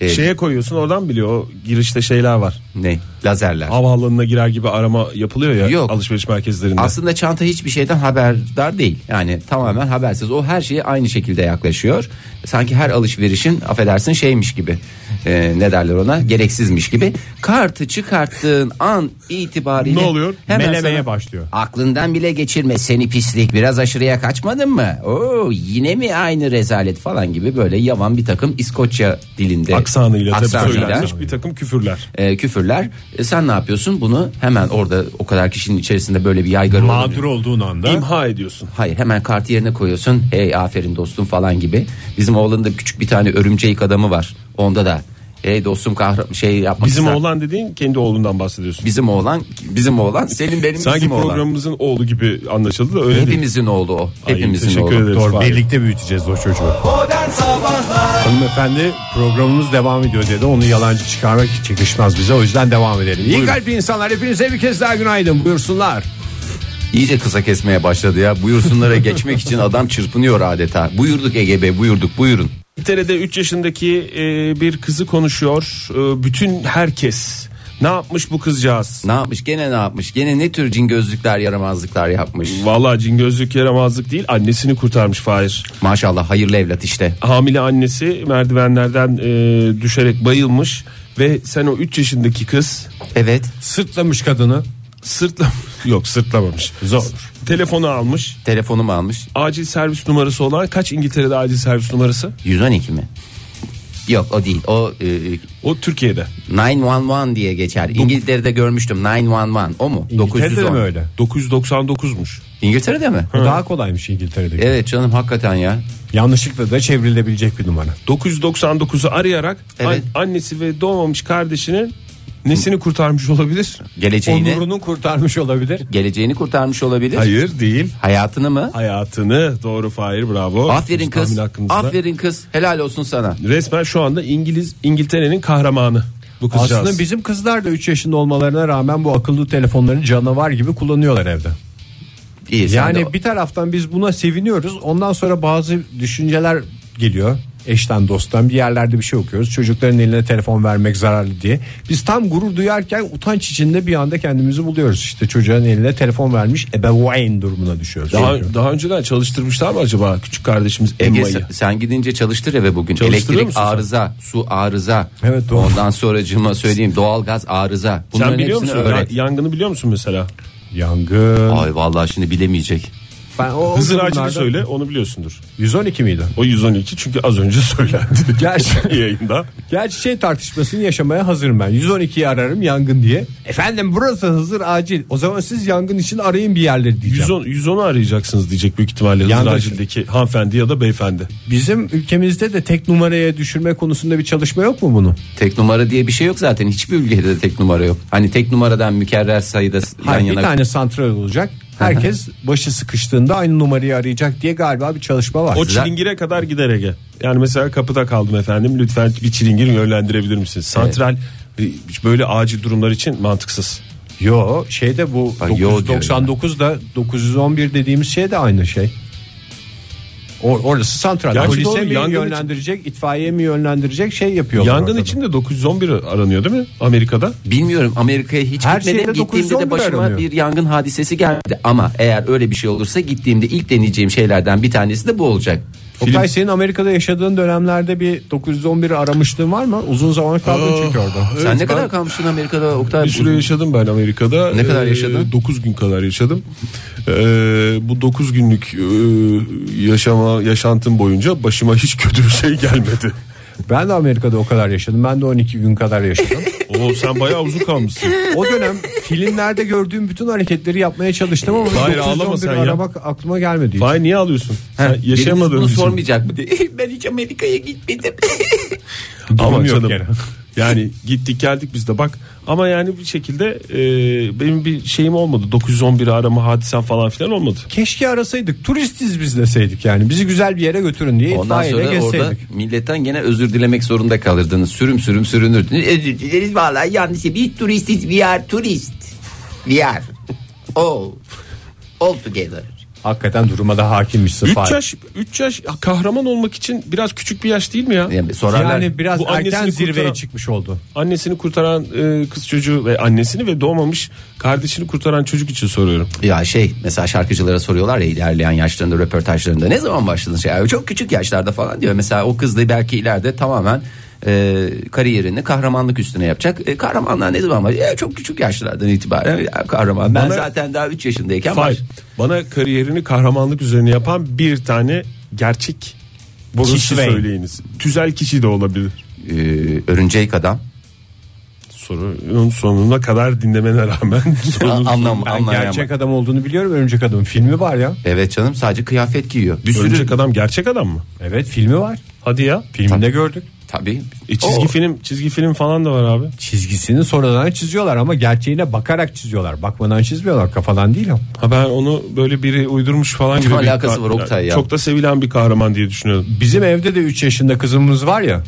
Ee, Şeye koyuyorsun oradan biliyor. O girişte şeyler var. ne? Lazerler. Havaalanına girer gibi arama yapılıyor ya Yok. alışveriş merkezlerinde. Aslında çanta hiçbir şeyden haberdar değil. Yani tamamen habersiz. O her şeye aynı şekilde yaklaşıyor. Sanki her alışverişin affedersin şeymiş gibi. Ee, ne derler ona? Gereksizmiş gibi. Kartı çıkarttığın an itibariyle Ne oluyor? Melemeye sana- başlıyor. Aklından bile geçirme seni pislik biraz aşırıya kaçmadın mı? Oo yine mi aynı rezalet falan gibi böyle yavan bir takım İskoçya dilinde Aksanıyla tabii aksanıyla söylenmiş bir takım küfürler. e, küfürler. E, sen ne yapıyorsun? Bunu hemen orada o kadar kişinin içerisinde böyle bir yaygara olunca- Mağdur olduğun anda İmha ediyorsun. Hayır hemen kartı yerine koyuyorsun. Hey aferin dostum falan gibi. Bizim oğlun da küçük bir tane örümcek adamı var. Onda da hey dostum kahra şey yapmak Bizim ister- oğlan dediğin kendi oğlundan bahsediyorsun. bizim oğlan bizim oğlan senin benim Sanki bizim oğlan. programımızın oğlu gibi anlaşıldı da öyle değil. Hepimizin oğlu o. Ay, Hepimizin teşekkür oğlu. ederim. Doğru, Fahir. birlikte büyüteceğiz o çocuğu. Modern Sabahlar Hanımefendi programımız devam ediyor dedi. Onu yalancı çıkarmak hiç yakışmaz bize. O yüzden devam edelim. İyi kalp insanlar hepinize bir kez daha günaydın. Buyursunlar. İyice kısa kesmeye başladı ya. Buyursunlara geçmek için adam çırpınıyor adeta. Buyurduk Ege Bey buyurduk buyurun. İngiltere'de 3 yaşındaki e, bir kızı konuşuyor. E, bütün herkes ne yapmış bu kızcağız? Ne yapmış gene ne yapmış gene ne tür cin gözlükler yaramazlıklar yapmış. Vallahi cin gözlük yaramazlık değil annesini kurtarmış Fahir. Maşallah hayırlı evlat işte. hamile annesi merdivenlerden e, düşerek bayılmış ve sen o 3 yaşındaki kız Evet Sırtlamış kadını. sırtla [LAUGHS] yok sırtlamamış. Zor. Telefonu almış. telefonumu almış. Acil servis numarası olan kaç İngiltere'de acil servis numarası? 112 mi? Yok o değil. O e, O Türkiye'de. 911 diye geçer. İngiltere'de görmüştüm 911. O mu? İngiltere'de de mi 910. öyle? 999'muş. İngiltere'de mi? Daha kolaymış İngiltere'deki. Evet canım hakikaten ya. Yanlışlıkla da çevrilebilecek bir numara. 999'u arayarak an- Evet. annesi ve doğmamış kardeşinin nesini kurtarmış olabilir? Geleceğini Onurunu kurtarmış olabilir. geleceğini kurtarmış olabilir. Hayır değil. Hayatını mı? Hayatını doğru Fahir bravo. Aferin Biz kız. tahmin hakkımızda. Aferin kız. Helal olsun sana. Resmen şu anda İngiliz İngiltere'nin kahramanı bu kızcağız. Aslında bizim kızlar da 3 yaşında olmalarına rağmen bu akıllı telefonları canavar gibi kullanıyorlar evde. İyi. sen Yani de- bir taraftan biz buna seviniyoruz. Ondan sonra bazı düşünceler geliyor. Eşten dosttan bir yerlerde bir şey okuyoruz. Çocukların eline telefon vermek zararlı diye. Biz tam gurur duyarken utanç içinde bir anda kendimizi buluyoruz. İşte çocuğun eline telefon vermiş ebeveyn durumuna düşüyoruz. daha, daha önceden çalıştırmışlar mı acaba küçük kardeşimiz Ege, Emma'yı? sen, sen gidince çalıştır eve bugün. Çalıştırıyor Elektrik musun sen? arıza, su arıza. Evet, doğru. Ondan sonracığıma söyleyeyim doğalgaz arıza. Bunların Sen biliyor hepsini musun? öğret. Ya- Yangını biliyor musun mesela? Yangın. Ay vallahi şimdi bilemeyecek. Ben o Hızır durumlarda- Ağacı'nı söyle onu biliyorsundur. 112 miydi? O 112 çünkü az önce [LAUGHS] söylendi [LAUGHS] Gerçi, yayında. gerçi şey tartışmasını yaşamaya hazırım ben. 112'yi ararım yangın diye. Efendim burası hazır acil. O zaman siz yangın için arayın bir yerleri 110, diyeceğim. 110'u arayacaksınız diyecek büyük ihtimalle Hızır Yangın. Acil'deki hanımefendi ya da beyefendi. Bizim ülkemizde de tek numaraya düşürme konusunda bir çalışma yok mu bunun? Tek numara diye bir şey yok zaten. Hiçbir ülkede de tek numara yok. Hani tek numaradan mükerrer sayıda s- yan Hayır, yana. bir tane santral olacak. Herkes başı sıkıştığında aynı numarayı arayacak diye galiba bir çalışma var. O Güzel. çilingire kadar gider Ege. Yani mesela kapıda kaldım efendim lütfen bir çilingir yönlendirebilir misiniz? Santral e, böyle acil durumlar için mantıksız. Yo şeyde bu Ha, yo diyor 999 da 911 dediğimiz şey de aynı şey. Or- orası santral. Gerçi Polise doğru, mi yangın yönlendirecek, itfaiye mi yönlendirecek şey yapıyorlar. Yangın orada da. için de 911 aranıyor değil mi Amerika'da? Bilmiyorum Amerika'ya hiç Her gitmedim. şehirde Gittiğimde 911 de başıma aranıyor. bir yangın hadisesi geldi. Ama eğer öyle bir şey olursa gittiğimde ilk deneyeceğim şeylerden bir tanesi de bu olacak. Oktay senin Amerika'da yaşadığın dönemlerde bir 911 aramışlığın var mı? Uzun zaman kaldın çünkü orada. Sen ne kadar kalmıştın Amerika'da Oktay? Bir süre yaşadım ben Amerika'da. Ne kadar yaşadın? 9 gün kadar yaşadım. Ee, bu 9 günlük e, yaşama yaşantım boyunca başıma hiç kötü bir şey [LAUGHS] gelmedi. Ben de Amerika'da o kadar yaşadım. Ben de 12 gün kadar yaşadım. Oo sen bayağı uzun kalmışsın. O dönem filmlerde gördüğüm bütün hareketleri yapmaya çalıştım ama Hayır, 911 ağlama sen ya. aramak aklıma gelmedi. hiç. Vay niye ağlıyorsun? Sen Biriniz yaşayamadığın bunu için. sormayacak mı [LAUGHS] diye. Ben hiç Amerika'ya gitmedim. Ama Durum yok canım. gene. [LAUGHS] Yani gittik geldik biz de bak. Ama yani bir şekilde e, benim bir şeyim olmadı. 911 arama hadisen falan filan olmadı. Keşke arasaydık. Turistiz biz deseydik yani. Bizi güzel bir yere götürün diye Ondan itfaiyeyle sonra gezseydik. orada milletten gene özür dilemek zorunda kalırdınız. Sürüm sürüm sürünürdünüz. Özür dileriz vallahi yanlış. Biz turistiz. We are turist. We are. [LAUGHS] All. All together. Hakikaten duruma da hakimmişsin. 3 Fahir. yaş 3 yaş kahraman olmak için biraz küçük bir yaş değil mi ya? Yani sorarlar. Yani biraz Bu erken annesini zirveye kurtaran- çıkmış oldu. Annesini kurtaran e, kız çocuğu ve annesini ve doğmamış kardeşini kurtaran çocuk için soruyorum. Ya şey mesela şarkıcılara soruyorlar ya ilerleyen yaşlarında röportajlarında ne zaman başladın şey "Ya çok küçük yaşlarda falan diyor mesela o kız da belki ileride tamamen e, kariyerini kahramanlık üstüne yapacak e, kahramanlar ne zaman var "Ya çok küçük yaşlardan itibaren ya kahraman ben Bana- zaten daha 3 yaşındayken Fahir, baş... bana kariyerini kahramanlık üzerine yapan bir tane gerçek Bruce kişi Wayne. söyleyiniz. Tüzel kişi de olabilir. E, örümcek adam Sorunun sonuna kadar dinlemene rağmen sorunun- anlam Ben anlayamam. gerçek adam olduğunu biliyorum. Örümcek adam filmi var ya. Evet canım sadece kıyafet giyiyor. Bir sürü Örümcek adam gerçek adam mı? Evet filmi var. Hadi ya. Filminde gördük. tabii. E, çizgi film çizgi film falan da var abi. Çizgisini sonradan çiziyorlar ama gerçeğine bakarak çiziyorlar. Bakmadan çizmiyorlar kafadan değil ama. Ha ben onu böyle biri uydurmuş falan gibi. bir alakası kah- var Oktay ya? Çok da sevilen bir kahraman diye düşünüyorum. Bizim evde de 3 yaşında kızımız var ya.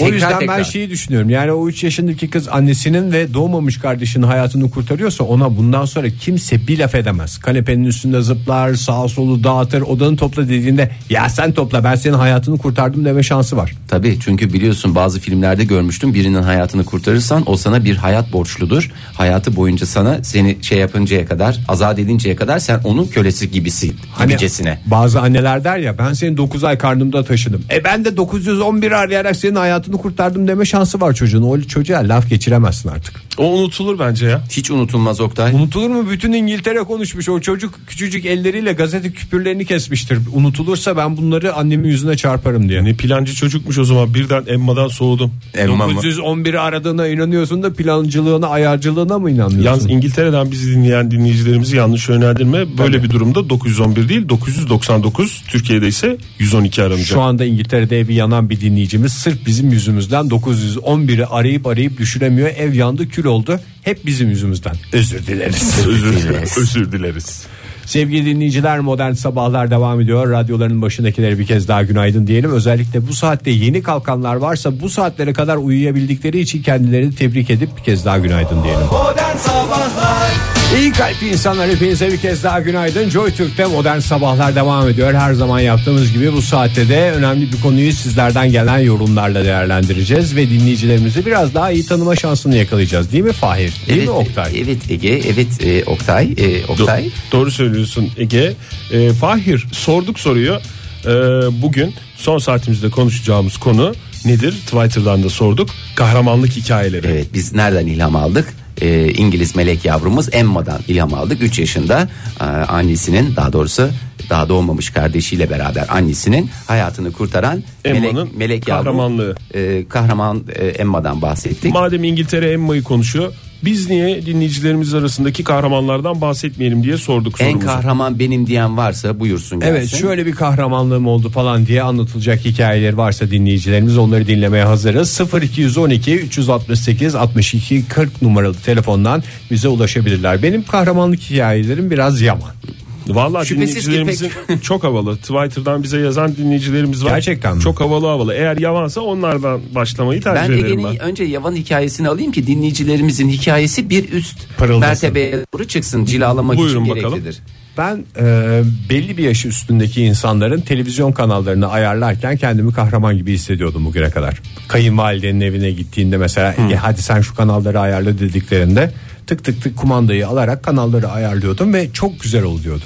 O Tekrar yüzden ben tekrar. şeyi düşünüyorum. Yani o 3 yaşındaki kız annesinin ve doğmamış kardeşinin hayatını kurtarıyorsa ona bundan sonra kimse bir laf edemez. Kanepenin üstünde zıplar, sağa solu dağıtır, odanı topla dediğinde ya sen topla ben senin hayatını kurtardım deme şansı var. Tabii çünkü biliyorsun bazı filmlerde görmüştüm birinin hayatını kurtarırsan o sana bir hayat borçludur. Hayatı boyunca sana seni şey yapıncaya kadar azat edinceye kadar sen onun kölesi gibisin Hani gibicesine. bazı anneler der ya ben seni 9 ay karnımda taşıdım. E ben de 911 arayarak senin hayatını hayatını kurtardım deme şansı var çocuğun. O çocuğa laf geçiremezsin artık. O unutulur bence ya. Hiç unutulmaz Oktay. Unutulur mu? Bütün İngiltere konuşmuş. O çocuk küçücük elleriyle gazete küpürlerini kesmiştir. Unutulursa ben bunları annemin yüzüne çarparım diye. Ne E, plancı çocukmuş o zaman birden emmadan soğudum. Emma mı? 911'i aradığına inanıyorsun da plancılığına, ayarcılığına mı inanmıyorsun? Yalnız İngiltere'den bizi dinleyen dinleyicilerimizi yanlış yönlendirme. Böyle bir durumda 911 değil 999 Türkiye'de ise 112 aranacak. Şu anda İngiltere'de evi yanan bir dinleyicimiz sırf bizim yüzümüzden 911'i arayıp arayıp düşüremiyor. Ev yandı kül oldu. Hep bizim yüzümüzden. Özür dileriz. özür dileriz. özür dileriz. Sevgili dinleyiciler modern sabahlar devam ediyor. Radyoların başındakileri bir kez daha günaydın diyelim. Özellikle bu saatte yeni kalkanlar varsa bu saatlere kadar uyuyabildikleri için kendilerini tebrik edip bir kez daha günaydın diyelim. Modern Sabahlar İyi kalpli insanlar hepinize bir kez daha günaydın. Joy Türk'te modern sabahlar devam ediyor. Her zaman yaptığımız gibi bu saatte de önemli bir konuyu sizlerden gelen yorumlarla değerlendireceğiz. Ve dinleyicilerimizi biraz daha iyi tanıma şansını yakalayacağız. Değil mi Fahir? Değil mi Oktay? Evet Ege, evet e, Oktay, e, Do- Oktay. doğru söylüyorsun Ege. Ee, Fahir sorduk soruyu. Ee, bugün son saatimizde konuşacağımız konu nedir? Twitter'dan da sorduk. Kahramanlık hikayeleri. Evet biz nereden ilham aldık? Ee, İngiliz melek yavrumuz Emma'dan ilham aldık. 3 yaşında e, annesinin daha doğrusu daha doğmamış kardeşiyle beraber annesinin hayatını kurtaran melek, Emma'nın melek yavru- kahramanlığı. e, kahraman e, Emma'dan bahsettik. Madem İngiltere Emma'yı konuşuyor. Biz niye dinleyicilerimiz arasındaki kahramanlardan bahsetmeyelim diye sorduk en sorumuzu. kahraman benim diyen varsa buyursun gelsin. Evet şöyle bir kahramanlığım oldu falan diye anlatılacak hikayeler varsa dinleyicilerimiz onları dinlemeye hazırız. 0212 368 62 40 numaralı telefondan bize ulaşabilirler. Benim kahramanlık hikayelerim biraz yaman. Vallahi Şüphesiz dinleyicilerimizin [LAUGHS] çok havalı. Twitter'dan bize yazan dinleyicilerimiz var. Gerçekten mi? Çok havalı havalı. Eğer yavansa onlardan başlamayı tercih Ben ederim ben. Ege'nin önce Yavan hikayesini alayım ki dinleyicilerimizin hikayesi bir üst Parıldasın. mertebeye doğru çıksın cilalamak Buyurun için bakalım. gereklidir. Ben e, belli bir yaşı üstündeki insanların televizyon kanallarını ayarlarken kendimi kahraman gibi hissediyordum bugüne kadar. Kayınvalidenin evine gittiğinde mesela "Ege, hadi sen şu kanalları ayarla dediklerinde tık tık tık kumandayı alarak kanalları ayarlıyordum ve çok güzel oluyordu.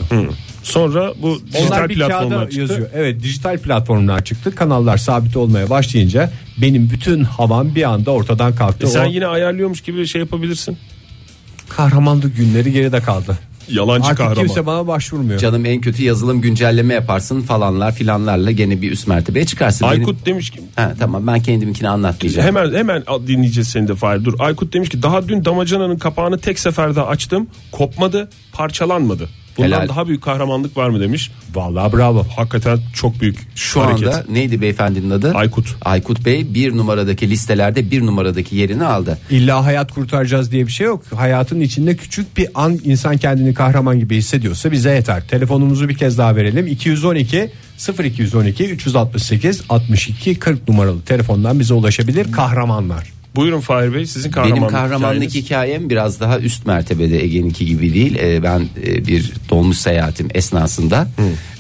Sonra bu dijital Onlar bir platformlar kağıda çıktı. yazıyor. Evet dijital platformlar çıktı. Kanallar sabit olmaya başlayınca benim bütün havam bir anda ortadan kalktı. E sen o yine ayarlıyormuş gibi şey yapabilirsin. kahramanlık günleri geride kaldı. Yalancı Artık kahraman. kimse bana başvurmuyor. Canım en kötü yazılım güncelleme yaparsın falanlar filanlarla gene bir üst mertebeye çıkarsın. Benim- Aykut demiş ki Ha, tamam ben kendiminkini anlatmayacağım. hemen hemen dinleyeceğiz seni de Fahir dur. Aykut demiş ki daha dün damacananın kapağını tek seferde açtım. Kopmadı parçalanmadı. Bundan Helal. daha büyük kahramanlık var mı demiş. Vallahi bravo. Hakikaten çok büyük Şu hareket. anda neydi beyefendinin adı? Aykut. Aykut Bey bir numaradaki listelerde bir numaradaki yerini aldı. İlla hayat kurtaracağız diye bir şey yok. Hayatın içinde küçük bir an insan kendini kahraman gibi hissediyorsa bize yeter. Telefonumuzu bir kez daha verelim. 212 0212 368 62 40 numaralı telefondan bize ulaşabilir kahramanlar. Buyurun Fahir Bey sizin kahramanlık Benim kahramanlık hikayeniz. hikayem biraz daha üst mertebede Ege'ninki gibi değil. Ee, ben e, bir dolmuş seyahatim esnasında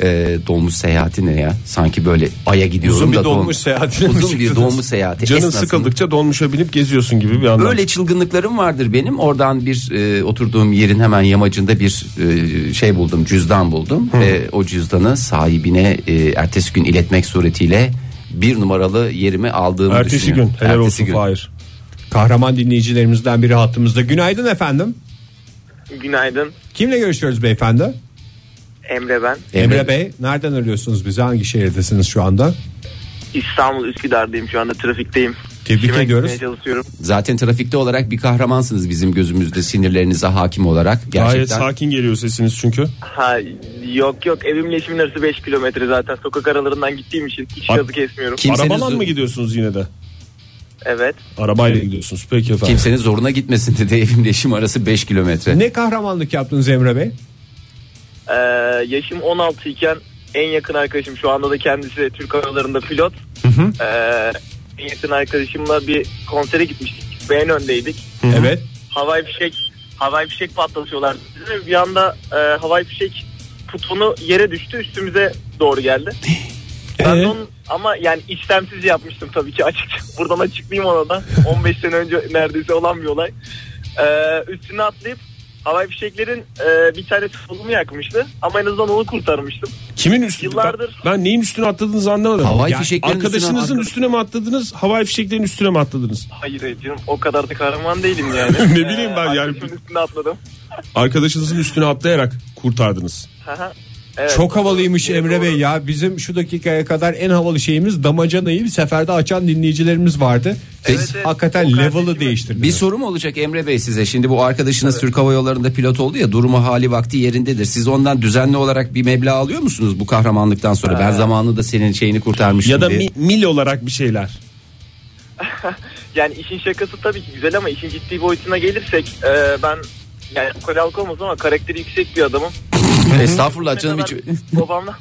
e, dolmuş seyahati ne ya? Sanki böyle aya gidiyorum Uzun bir da dol- dolmuş seyahatine mi Uzun bir çıktınız? dolmuş seyahati Canın esnasında. sıkıldıkça donmuşa binip geziyorsun gibi bir anlam. Böyle çılgınlıklarım vardır benim. Oradan bir e, oturduğum yerin hemen yamacında bir e, şey buldum, cüzdan buldum. Ve o cüzdanı sahibine e, ertesi gün iletmek suretiyle bir numaralı yerimi aldığımı Ertesi gün düşünüyorum. helal Ertesi olsun gün. Fahir. Kahraman dinleyicilerimizden biri hattımızda. Günaydın efendim. Günaydın Kimle görüşüyoruz beyefendi? Emre ben. Emre, Bey nereden arıyorsunuz bizi? Hangi şehirdesiniz şu anda? İstanbul Üsküdar'dayım şu anda trafikteyim. Tebrik İşime ediyoruz. gitmeye çalışıyorum. Zaten trafikte olarak bir kahramansınız bizim gözümüzde sinirlerinize hakim olarak. Gayet Gerçekten sakin geliyor sesiniz çünkü. Ha, yok yok evimle işimin arası 5 kilometre zaten sokak aralarından gittiğim için hiç Bak- yazı kesmiyorum. Kimseniz- Arabalan mı gidiyorsunuz yine de? Evet. Arabayla gidiyorsunuz. Peki efendim. kimsenin zoruna gitmesin dedi [LAUGHS] evimle işim arası 5 kilometre. Ne kahramanlık yaptınız Emre Bey? Ee, yaşım 16 iken en yakın arkadaşım şu anda da kendisi Türk Havalarında pilot. Ee, en yakın arkadaşımla bir konsere gitmiştik. Ben öndeydik. Evet. Havai fişek havai fişek patlatıyorlar. Bir anda e, havai fişek kutunu yere düştü üstümüze doğru geldi. Ben Ee? de onun- ama yani istemsiz yapmıştım tabii ki [LAUGHS] açıkça. Buradan açıklayayım ona da. 15 sene önce neredeyse olan bir olay. Ee, üstüne atlayıp havai fişeklerin e, bir tane solumu yakmıştı. Ama en azından onu kurtarmıştım. Kimin üstü? Yıllardır- Ben, ben neyin üstüne atladığınızı anlamadım. Havai fişeklerin üstüne arkadaşınızın üstüne, atladım. mi atladınız? Havai fişeklerin üstüne mi atladınız? Hayır hayır canım o kadar da kahraman değilim [LAUGHS] yani. Ee, Ne bileyim ben yani. arkadaşımın üstüne atladım. Arkadaşınızın üstüne atlayarak kurtardınız. Haha, evet. Çok havalıymış Emre Bey ya. Bizim şu dakikaya kadar en havalı şeyimiz damacanayı seferde açan dinleyicilerimiz vardı. Siz Evet, evet. hakikaten O level'ı kardeşim- değiştirdiniz. Bir sorum olacak Emre Bey size. Şimdi bu arkadaşınız Türk Hava Yolları'nda pilot oldu ya durumu hali vakti yerindedir. Siz ondan düzenli olarak bir meblağ alıyor musunuz bu kahramanlıktan sonra? Ben zamanında senin şeyini kurtarmıştım Ee, Ya da diye. mi- mil olarak bir şeyler. Yani işin şakası tabii ki güzel ama işin ciddi boyutuna gelirsek e, ben yani kol halkı olmaz ama karakteri yüksek bir adamım. [LAUGHS] Estağfurullah canım hiç. Bugüne kadar Babamdan,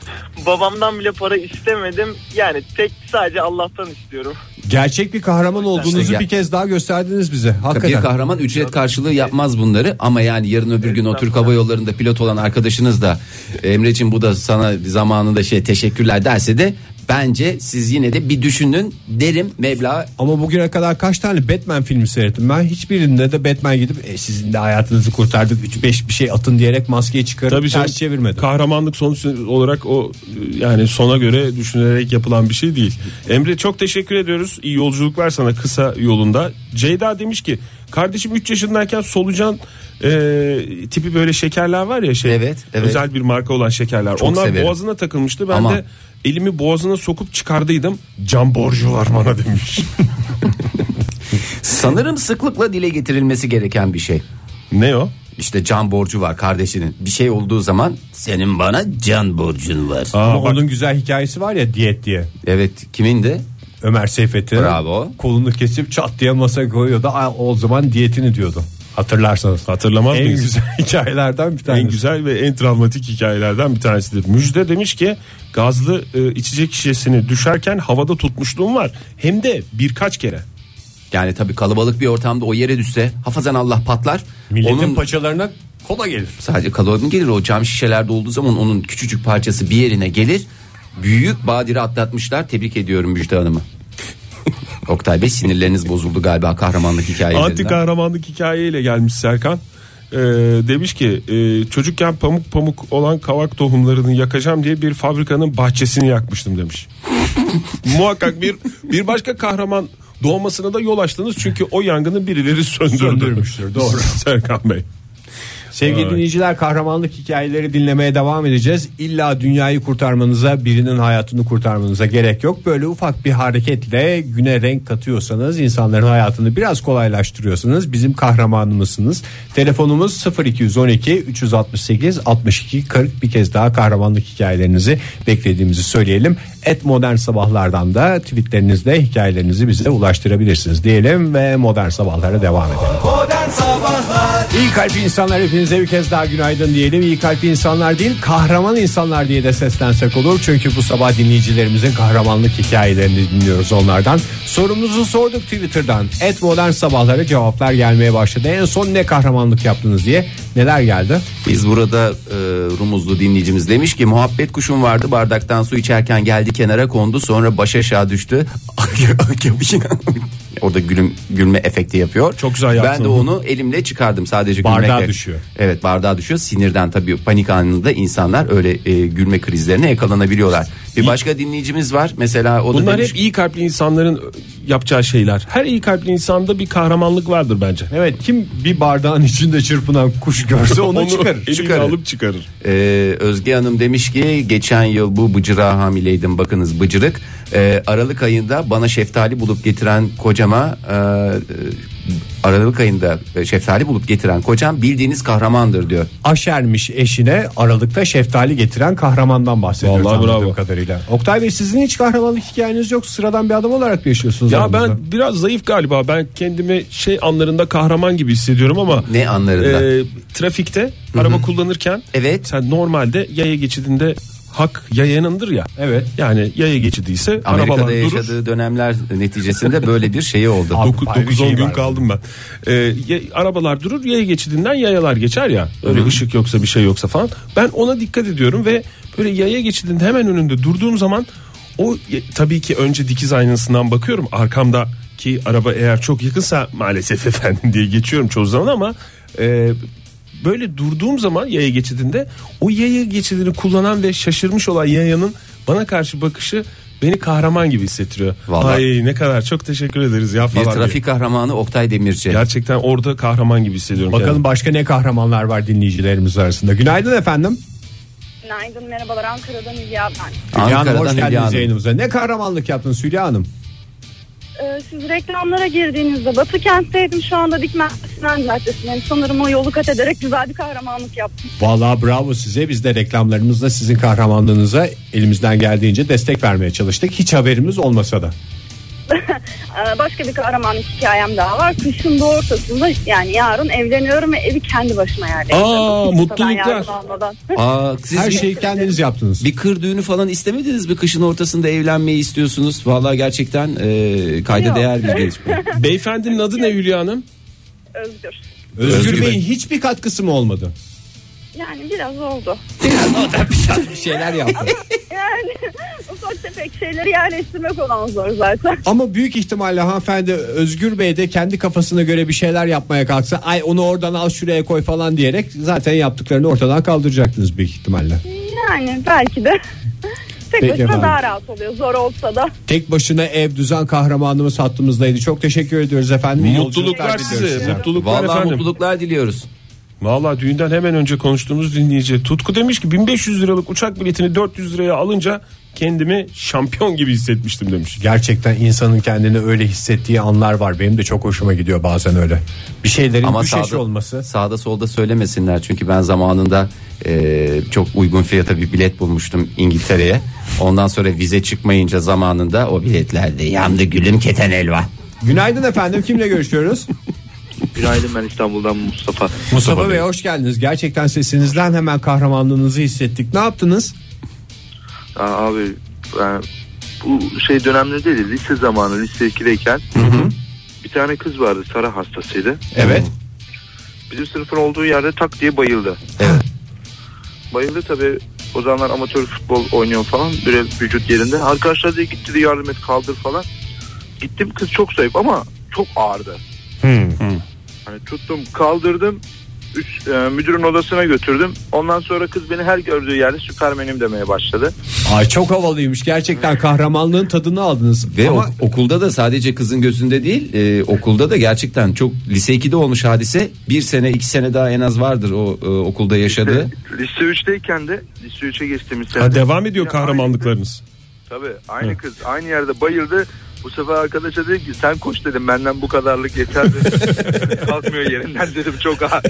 [LAUGHS] babamdan bile para istemedim. Yani tek sadece Allah'tan istiyorum. Gerçek bir kahraman olduğunuzu İşte gel- bir kez daha gösterdiniz bize. Bir Hakikaten. kahraman ücret karşılığı yapmaz bunları ama yani yarın öbür gün o Türk Hava Yolları'nda pilot olan arkadaşınız da Emre'cim bu da sana zamanında şey teşekkürler derse de bence siz yine de bir düşünün derim meblağ Ama bugüne kadar kaç tane Batman filmi seyrettim ben. Hiçbirinde de Batman gidip "E, sizin de hayatınızı kurtardık 3-5 bir şey atın diyerek maskeyi çıkarıp Tabii ters canım, çevirmedim. Kahramanlık sonuç olarak o e, yani sona göre düşünülerek yapılan bir şey değil. Emre çok teşekkür ediyoruz. İyi yolculuklar sana kısa yolunda. Ceyda demiş ki kardeşim 3 yaşındayken solucan e, tipi böyle şekerler var ya şey. Evet, evet. Özel bir marka olan şekerler. Çok Onlar severim. boğazına takılmıştı. Ben Ama- de elimi boğazına sokup çıkardıydım. Can borcu var bana demiş. sanırım sıklıkla dile getirilmesi gereken bir şey. ne o? İşte can borcu var kardeşinin. Bir şey olduğu zaman senin bana can borcun var. Ama Aa, bak, onun güzel hikayesi var ya diyet diye. Evet kimin de? Ömer Seyfet'i Bravo. kolunu kesip çat diye masaya koyuyordu. Ay, O zaman diyetini diyordu. Hatırlarsanız. Hatırlamaz en mıyız? güzel [LAUGHS] hikayelerden bir tanesi. En güzel ve en travmatik hikayelerden bir tanesidir. Müjde demiş ki gazlı e, içecek şişesini düşerken havada tutmuşluğum var. Hem de birkaç kere. Yani tabii kalabalık bir ortamda o yere düşse hafazan Allah patlar. Milletin Onun paçalarına kola gelir. sadece kalabalık gelir o cam şişelerde olduğu zaman onun küçücük parçası bir yerine gelir. Büyük badire atlatmışlar. Tebrik ediyorum [LAUGHS] Müjde Hanım'ı. Oktay Bey sinirleriniz bozuldu galiba kahramanlık hikayelerinden. Anti kahramanlık hikayeyle gelmiş Serkan. E, demiş ki e, çocukken pamuk pamuk olan kavak tohumlarını yakacağım diye bir fabrikanın bahçesini yakmıştım demiş. [LAUGHS] Muhakkak bir bir başka kahraman doğmasına da yol açtınız çünkü o yangını birileri söndürdü. Söndürmüştür, doğru. [LAUGHS] Serkan Bey. Sevgili Evet. dinleyiciler kahramanlık hikayeleri dinlemeye devam edeceğiz. İlla dünyayı kurtarmanıza birinin hayatını kurtarmanıza gerek yok. Böyle ufak bir hareketle güne renk katıyorsanız insanların hayatını biraz kolaylaştırıyorsanız bizim kahramanımızsınız. Telefonumuz 0212 368 62 40 bir kez daha kahramanlık hikayelerinizi beklediğimizi söyleyelim. Et modern sabahlardan da tweetlerinizle hikayelerinizi bize ulaştırabilirsiniz diyelim ve modern sabahlara devam edelim. Modern Sabahlar İyi kalpli insanlar hepinize bir kez daha günaydın diyelim. İyi kalpli insanlar değil kahraman insanlar diye de seslensek olur. Çünkü bu sabah dinleyicilerimizin kahramanlık hikayelerini dinliyoruz onlardan. Sorumuzu sorduk Twitter'dan. Et modern sabahlara cevaplar gelmeye başladı. En son ne kahramanlık yaptınız diye neler geldi? Biz burada e, Rumuzlu dinleyicimiz demiş ki muhabbet kuşum vardı bardaktan su içerken geldi kenara kondu sonra baş aşağı düştü. [LAUGHS] Orada gülüm, gülme efekti yapıyor. Çok güzel yaptın. Ben de onu elimle çıkardım sadece Bardağa gülmekle. düşüyor. Evet bardağa düşüyor sinirden tabii panik anında insanlar öyle e, gülme krizlerine yakalanabiliyorlar. Bir başka dinleyicimiz var mesela o da Bunlar demiş hep iyi kalpli insanların yapacağı şeyler. Her iyi kalpli insanda bir kahramanlık vardır bence. Evet kim bir bardağın içinde çırpınan kuş [LAUGHS] görse onu, çıkarır. eliyle çıkarır. alıp çıkarır. Ee, Özge Hanım demiş ki geçen yıl bu bıcıra hamileydim bakınız bıcırık. Ee, Aralık ayında bana şeftali bulup getiren kocama e, e, Aralık ayında şeftali bulup getiren kocam bildiğiniz kahramandır diyor. Aşermiş eşine aralıkta şeftali getiren kahramandan bahsediyoruz. Vallahi anladığım bravo. Kadarıyla. Oktay Bey sizin hiç kahramanlık hikayeniz yok. Sıradan bir adam olarak mı yaşıyorsunuz? Ya aramızda? ben biraz zayıf galiba. Ben kendimi şey anlarında kahraman gibi hissediyorum ama Ne anlarında? Ee, e, trafikte araba kullanırken Evet. sen normalde yaya geçidinde hak yayanındır ya. Evet. Yani yaya geçidiyse Amerika'da arabalar durur. yaşadığı dönemler neticesinde böyle bir şeyi oldu. Abi, Doku- bayağı bir 9-10 şey gün var. kaldım ben. Ee, ya- arabalar durur yaya geçidinden yayalar geçer ya. Öyle ışık yoksa bir şey yoksa falan. Ben ona dikkat ediyorum ve böyle yaya geçidinde hemen önünde durduğum zaman o ya- tabii ki önce dikiz aynasından bakıyorum. [LAUGHS] Arkamdaki araba eğer çok yakınsa maalesef efendim diye geçiyorum çoğu zaman ama e, böyle durduğum zaman yaya geçidinde o yaya geçidini kullanan ve şaşırmış olan yayanın bana karşı bakışı beni kahraman gibi hissettiriyor. Vallahi. Ay ne kadar çok teşekkür ederiz ya Bir falan. diye. trafik kahramanı Oktay Demirci. Gerçekten orada kahraman gibi hissediyorum. Bakalım kendimi. başka ne kahramanlar var dinleyicilerimiz arasında. Günaydın efendim. Günaydın merhabalar Ankara'dan Hülya ben. Hülya Hanım, hoş Ankara'dan geldiniz Hülya Hanım. yayınımıza. Ne kahramanlık yaptınız Hülya Hanım? Ee, siz reklamlara girdiğinizde Batı kentteydim şu anda Dikmen Sinan Caddesi'ndeyim. Sanırım o yolu kat ederek güzel bir kahramanlık yaptım. Vallahi bravo size. Biz de reklamlarımızla sizin kahramanlığınıza elimizden geldiğince destek vermeye çalıştık. Hiç haberimiz olmasa da. Ee, başka bir kahramanlık hikayem daha var. Kışın doğu ortasında yani yarın evleniyorum ve evi kendi başıma yerleştiriyorum. Aa, Kimseden mutluluklar. yardım almadan. Aa, siz Her şey- bir- şeyi kendiniz yaptınız. Bir kır düğünü falan istemediniz mi? Kışın ortasında evlenmeyi istiyorsunuz. Vallahi gerçekten e, kayda Yok. değer bir gelişme. Beyefendinin adı ne Hülya Hanım? [LAUGHS] Özgür. Özgür Özgür Bey'in Bey. hiçbir katkısı mı olmadı? Yani biraz oldu. bir şeyler yaptı. Yani [LAUGHS] ufak tefek şeyleri yerleştirmek olan zor zaten. [LAUGHS] Ama büyük ihtimalle hanımefendi Özgür Bey de kendi kafasına göre bir şeyler yapmaya kalksa ay onu oradan al şuraya koy falan diyerek zaten yaptıklarını ortadan kaldıracaktınız büyük ihtimalle. Yani belki de. [LAUGHS] Tek Peki başına efendim. daha rahat oluyor zor olsa da. Tek başına ev düzen kahramanımız hattımızdaydı. Çok teşekkür ediyoruz efendim. İyi Mutluluklar yolculuklar diliyoruz size. size. Mutluluklar Vallahi efendim. mutluluklar diliyoruz. Valla düğünden hemen önce konuştuğumuz dinleyici Tutku demiş ki 1500 liralık uçak biletini 400 liraya alınca kendimi şampiyon gibi hissetmiştim demiş. Gerçekten insanın kendini öyle hissettiği anlar var. Benim de çok hoşuma gidiyor bazen öyle. Bir şeylerin Ama düşeşi sağda, olması. sağda solda söylemesinler. Çünkü ben zamanında e, çok uygun fiyata bir bilet bulmuştum İngiltere'ye. Ondan sonra vize çıkmayınca zamanında o biletlerde yandı gülüm keten elva. Günaydın efendim. [LAUGHS] Kimle görüşüyoruz? Günaydın ben İstanbul'dan Mustafa. Mustafa Bey hoş geldiniz. Gerçekten sesinizden hemen kahramanlığınızı hissettik. Ne yaptınız? Aa, abi ben bu şey dönemleri değil de lise zamanı lise 2'deyken bir tane kız vardı Sara hastasıydı. Evet. Bizim sınıfın olduğu yerde tak diye bayıldı. Bayıldı tabii o zamanlar amatör futbol oynuyor falan böyle vücut yerinde. Arkadaşlar da gitti de yardım et kaldır falan. Gittim kız çok zayıf ama çok ağırdı. Hani tuttum kaldırdım üst, e, müdürün odasına götürdüm. Ondan sonra kız beni her gördüğü yerde süpermenim demeye başladı. Ay çok havalıymış. Gerçekten kahramanlığın tadını aldınız. Ve Ama ok- okulda da sadece kızın gözünde değil e, okulda da gerçekten çok lise 2'de olmuş hadise bir sene iki sene daha en az vardır o e, okulda yaşadığı. Lise 3'teyken de lise 3'e geçtiğimiz sene. Ha, devam ediyor Ya, kahramanlıklarınız. Aynı, tabii aynı kız aynı yerde bayıldı. Bu sefer arkadaşa dedim ki sen koş dedim benden bu kadarlık yeter dedim. Kalkmıyor yerinden dedim çok ağır.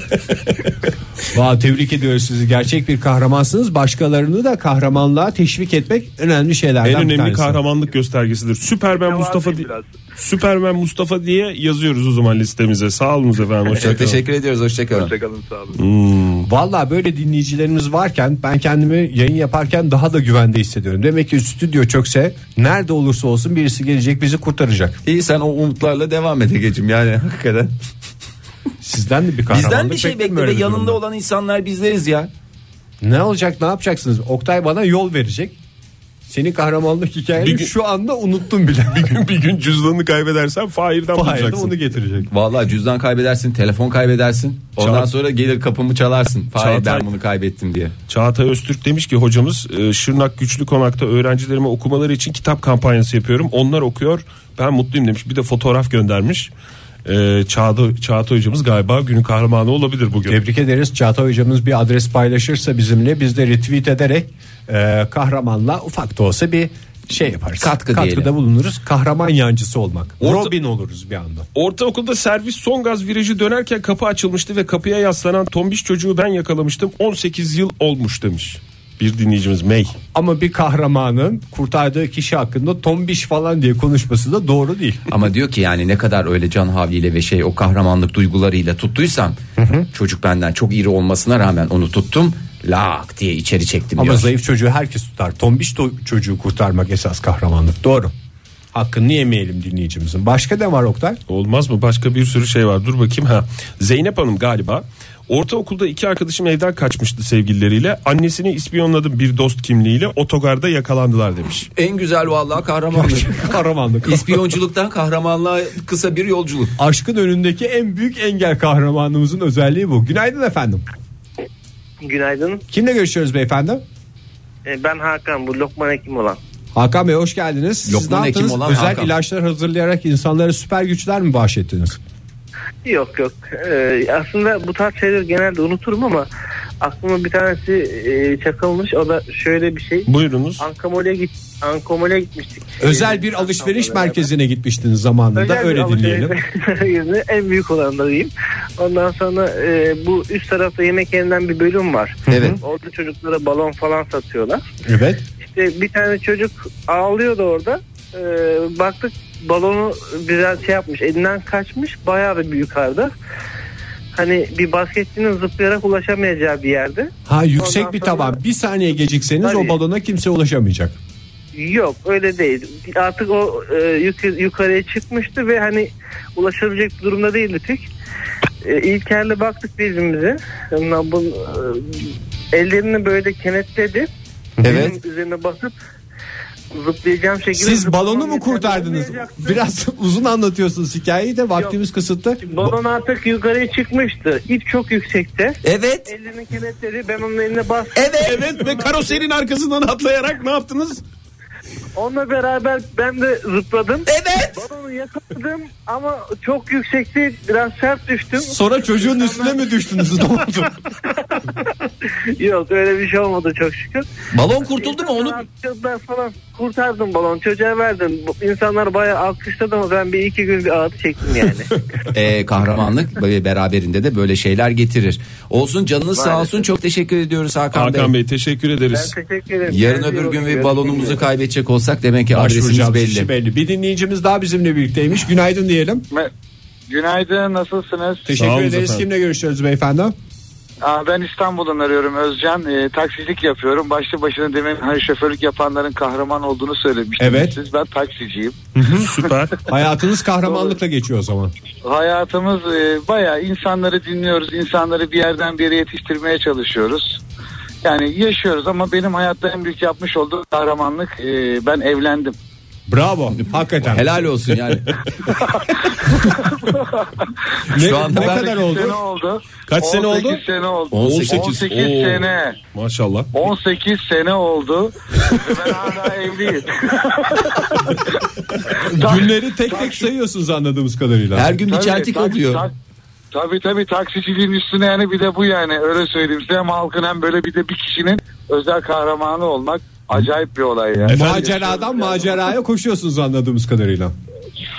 Vay, tebrik ediyoruz sizi. Gerçek bir kahramansınız. Başkalarını da kahramanlığa teşvik etmek önemli şeylerden En bir önemli tanesi. kahramanlık göstergesidir. Süpermen Mustafa di- Biraz. Süpermen Mustafa diye yazıyoruz o zaman listemize. Sağ olunuz efendim. hoşça Çok kalın. [LAUGHS] teşekkür ediyoruz hoşçakalın. Hoşçakalın sağ olun. Valla böyle dinleyicilerimiz varken ben kendimi yayın yaparken daha da güvende hissediyorum. Demek ki stüdyo çökse nerede olursa olsun birisi gelecek bizi kurtaracak. İyi sen o umutlarla devam et Egeciğim yani hakikaten. Sizden de bir kahramanlık Bizden bir şey beklerim bekle ve öyle bir yanında durumda. olan insanlar bizleriz ya. Ne olacak ne yapacaksınız? Oktay bana yol verecek. Senin kahramanlık hikayeni Bir gün- şu anda unuttum bile. [LAUGHS] Bir gün- bir gün cüzdanını kaybedersen Fahir'den Hayır, bulacaksın. onu getirecek. Vallahi cüzdan kaybedersin, telefon kaybedersin. Ondan Çağat- sonra gelir kapımı çalarsın. Fahir Çağatay- ben bunu kaybettim diye. Çağatay Öztürk demiş ki hocamız e, Şırnak Güçlü Konak'ta öğrencilerime okumaları için kitap kampanyası yapıyorum. Onlar okuyor ben mutluyum demiş. Bir de fotoğraf göndermiş. E, Çağda, Çağatay hocamız galiba günün kahramanı olabilir bugün. Tebrik ederiz. Çağatay hocamız bir adres paylaşırsa bizimle biz de retweet ederek e, kahramanla ufak da olsa bir şey yaparız. Katkı Katkıda diyelim. bulunuruz. Kahraman yancısı olmak. Orta- Robin oluruz bir anda. Ortaokulda servis son gaz virajı dönerken kapı açılmıştı ve kapıya yaslanan tombiş çocuğu ben yakalamıştım. 18 yıl olmuş demiş. Bir dinleyicimiz May. Ama bir kahramanın kurtardığı kişi hakkında tombiş falan diye konuşması da doğru değil. Ama diyor ki yani ne kadar öyle can havliyle ve şey o kahramanlık duygularıyla tuttuysam çocuk benden çok iri olmasına rağmen onu tuttum. Lak diye içeri çektim Ama diyor. zayıf çocuğu herkes tutar. Tombiş to- çocuğu kurtarmak esas kahramanlık. Doğru. Hakkını yemeyelim dinleyicimizin. Başka ne var Oktay? Olmaz mı? Başka bir sürü şey var. Dur bakayım ha. Zeynep Hanım galiba Ortaokulda iki arkadaşım evden kaçmıştı sevgilileriyle. Annesini ispiyonladım bir dost kimliğiyle. Otogarda yakalandılar demiş. En güzel vallahi kahramanlık. [LAUGHS] Kahramanlık. İspiyonculuktan kahramanlığa kısa bir yolculuk. Aşkın önündeki en büyük engel kahramanımızın özelliği bu. Günaydın efendim. Günaydın. Kimle görüşüyoruz beyefendi? Ee, Ben Hakan bu Lokman Hekim olan. Hakan Bey hoş geldiniz. Siz Lokman ne Hekim yaptınız? olan Özel Hakan. ilaçlar hazırlayarak insanlara süper güçler mi bahşettiniz? Yok yok. Ee, aslında bu tarz şeyleri genelde unuturum ama aklıma bir tanesi e, çakılmış. O da şöyle bir şey. Buyurunuz. Ankamol'e git Ankamol'e gitmiştik. Özel bir Ee, alışveriş Ankamol'e merkezine gitmiştiniz zamanında Özel bir öyle alışveriş dinleyelim. merkezine [LAUGHS] en büyük olanları diyeyim. Ondan sonra e, bu üst tarafta yemek yerinden bir bölüm var. Evet. Orada çocuklara balon falan satıyorlar. Evet. İşte bir tane çocuk ağlıyordu orada. Ee, baktık balonu biraz şey yapmış elinden kaçmış bayağı da bir yukarıda. Hani bir basketçinin zıplayarak ulaşamayacağı bir yerde. Ha yüksek Ondan bir sonra- taban. Bir saniye gecikseniz o Tabii. balona kimse ulaşamayacak. Yok öyle değil. Artık o e, yuk- yukarıya çıkmıştı ve hani ulaşabilecek bir durumda değildi pek. E, İlker'le baktık birbirimize. Ondan bu, e, ellerini böyle kenetledi. Evet. Benim üzerine basıp zıplayacağım şekilde. Siz balonu mu zıplamam kurtardınız? yeterli Biraz [LAUGHS] uzun anlatıyorsunuz hikayeyi de vaktimiz kısıtlı. Balon artık yukarıya çıkmıştı. İp çok yüksekte. E- Evet. Elini kenetleri ben onun eline bastım. Evet. Evet ve karoserin arkasından atlayarak ne yaptınız? Onunla beraber ben de zıpladım. Evet. Balonu yakaladım ama çok yüksekti. Biraz sert düştüm. Sonra çocuğun üstüne mi düştünüz? Ne oldu? [LAUGHS] Yok öyle bir şey olmadı çok şükür. Balon kurtuldu mu onu? Atladılar falan. Kurtardım balon. Çocuğa verdim. Bu İnsanlar bayağı alkışladı ama ben bir iki gün bir ağıtı çektim yani. Ee, kahramanlık böyle beraberinde de böyle şeyler getirir. Olsun canınız sağ olsun çok teşekkür ediyoruz Hakan, Hakan Bey. Bey teşekkür ben ederiz. teşekkür ederim. Yarın Kendinize öbür iyi gün bakın. bir balonumuzu kaybedecek olsak demek ki adresimiz Başvuracağımız belli. kişi belli. Bir dinleyicimiz daha bizimle birlikteymiş. Günaydın diyelim. Günaydın nasılsınız? Teşekkür olun ederiz. efendim. Kimle görüşüyoruz beyefendi? Aa, ben İstanbul'dan arıyorum Özcan. Ee, taksicilik yapıyorum. Başlı başına demin hani şoförlük yapanların kahraman olduğunu söylemiştiniz. Evet. Siz ben taksiciyim. Süper. Hayatınız kahramanlıkla geçiyor o zaman. Hayatımız e, bayağı insanları dinliyoruz. insanları bir yerden bir yere yetiştirmeye çalışıyoruz. Yani yaşıyoruz ama benim hayatta en büyük yapmış olduğum kahramanlık e, ben evlendim. Bravo. Hakikaten. Helal olsun yani. Ne, Şu anda ne ben- kadar Sene oldu? oldu. Kaç sene oldu? 18 sene oldu. 18. 18 Oo. sene. Maşallah. 18 sene oldu. Ve [LAUGHS] ben hala evliyim. Günleri tek tek sayıyorsunuz anladığımız kadarıyla. Her gün bir Tabii, çeltik tak- oluyor. tak- Tabii tabii taksiciliğin üstüne yani bir de bu yani öyle söyleyeyim size hem halkın hem böyle bir de bir kişinin özel kahramanı olmak acayip bir olay ya. Efendim? Maceradan maceraya koşuyorsunuz anladığımız kadarıyla.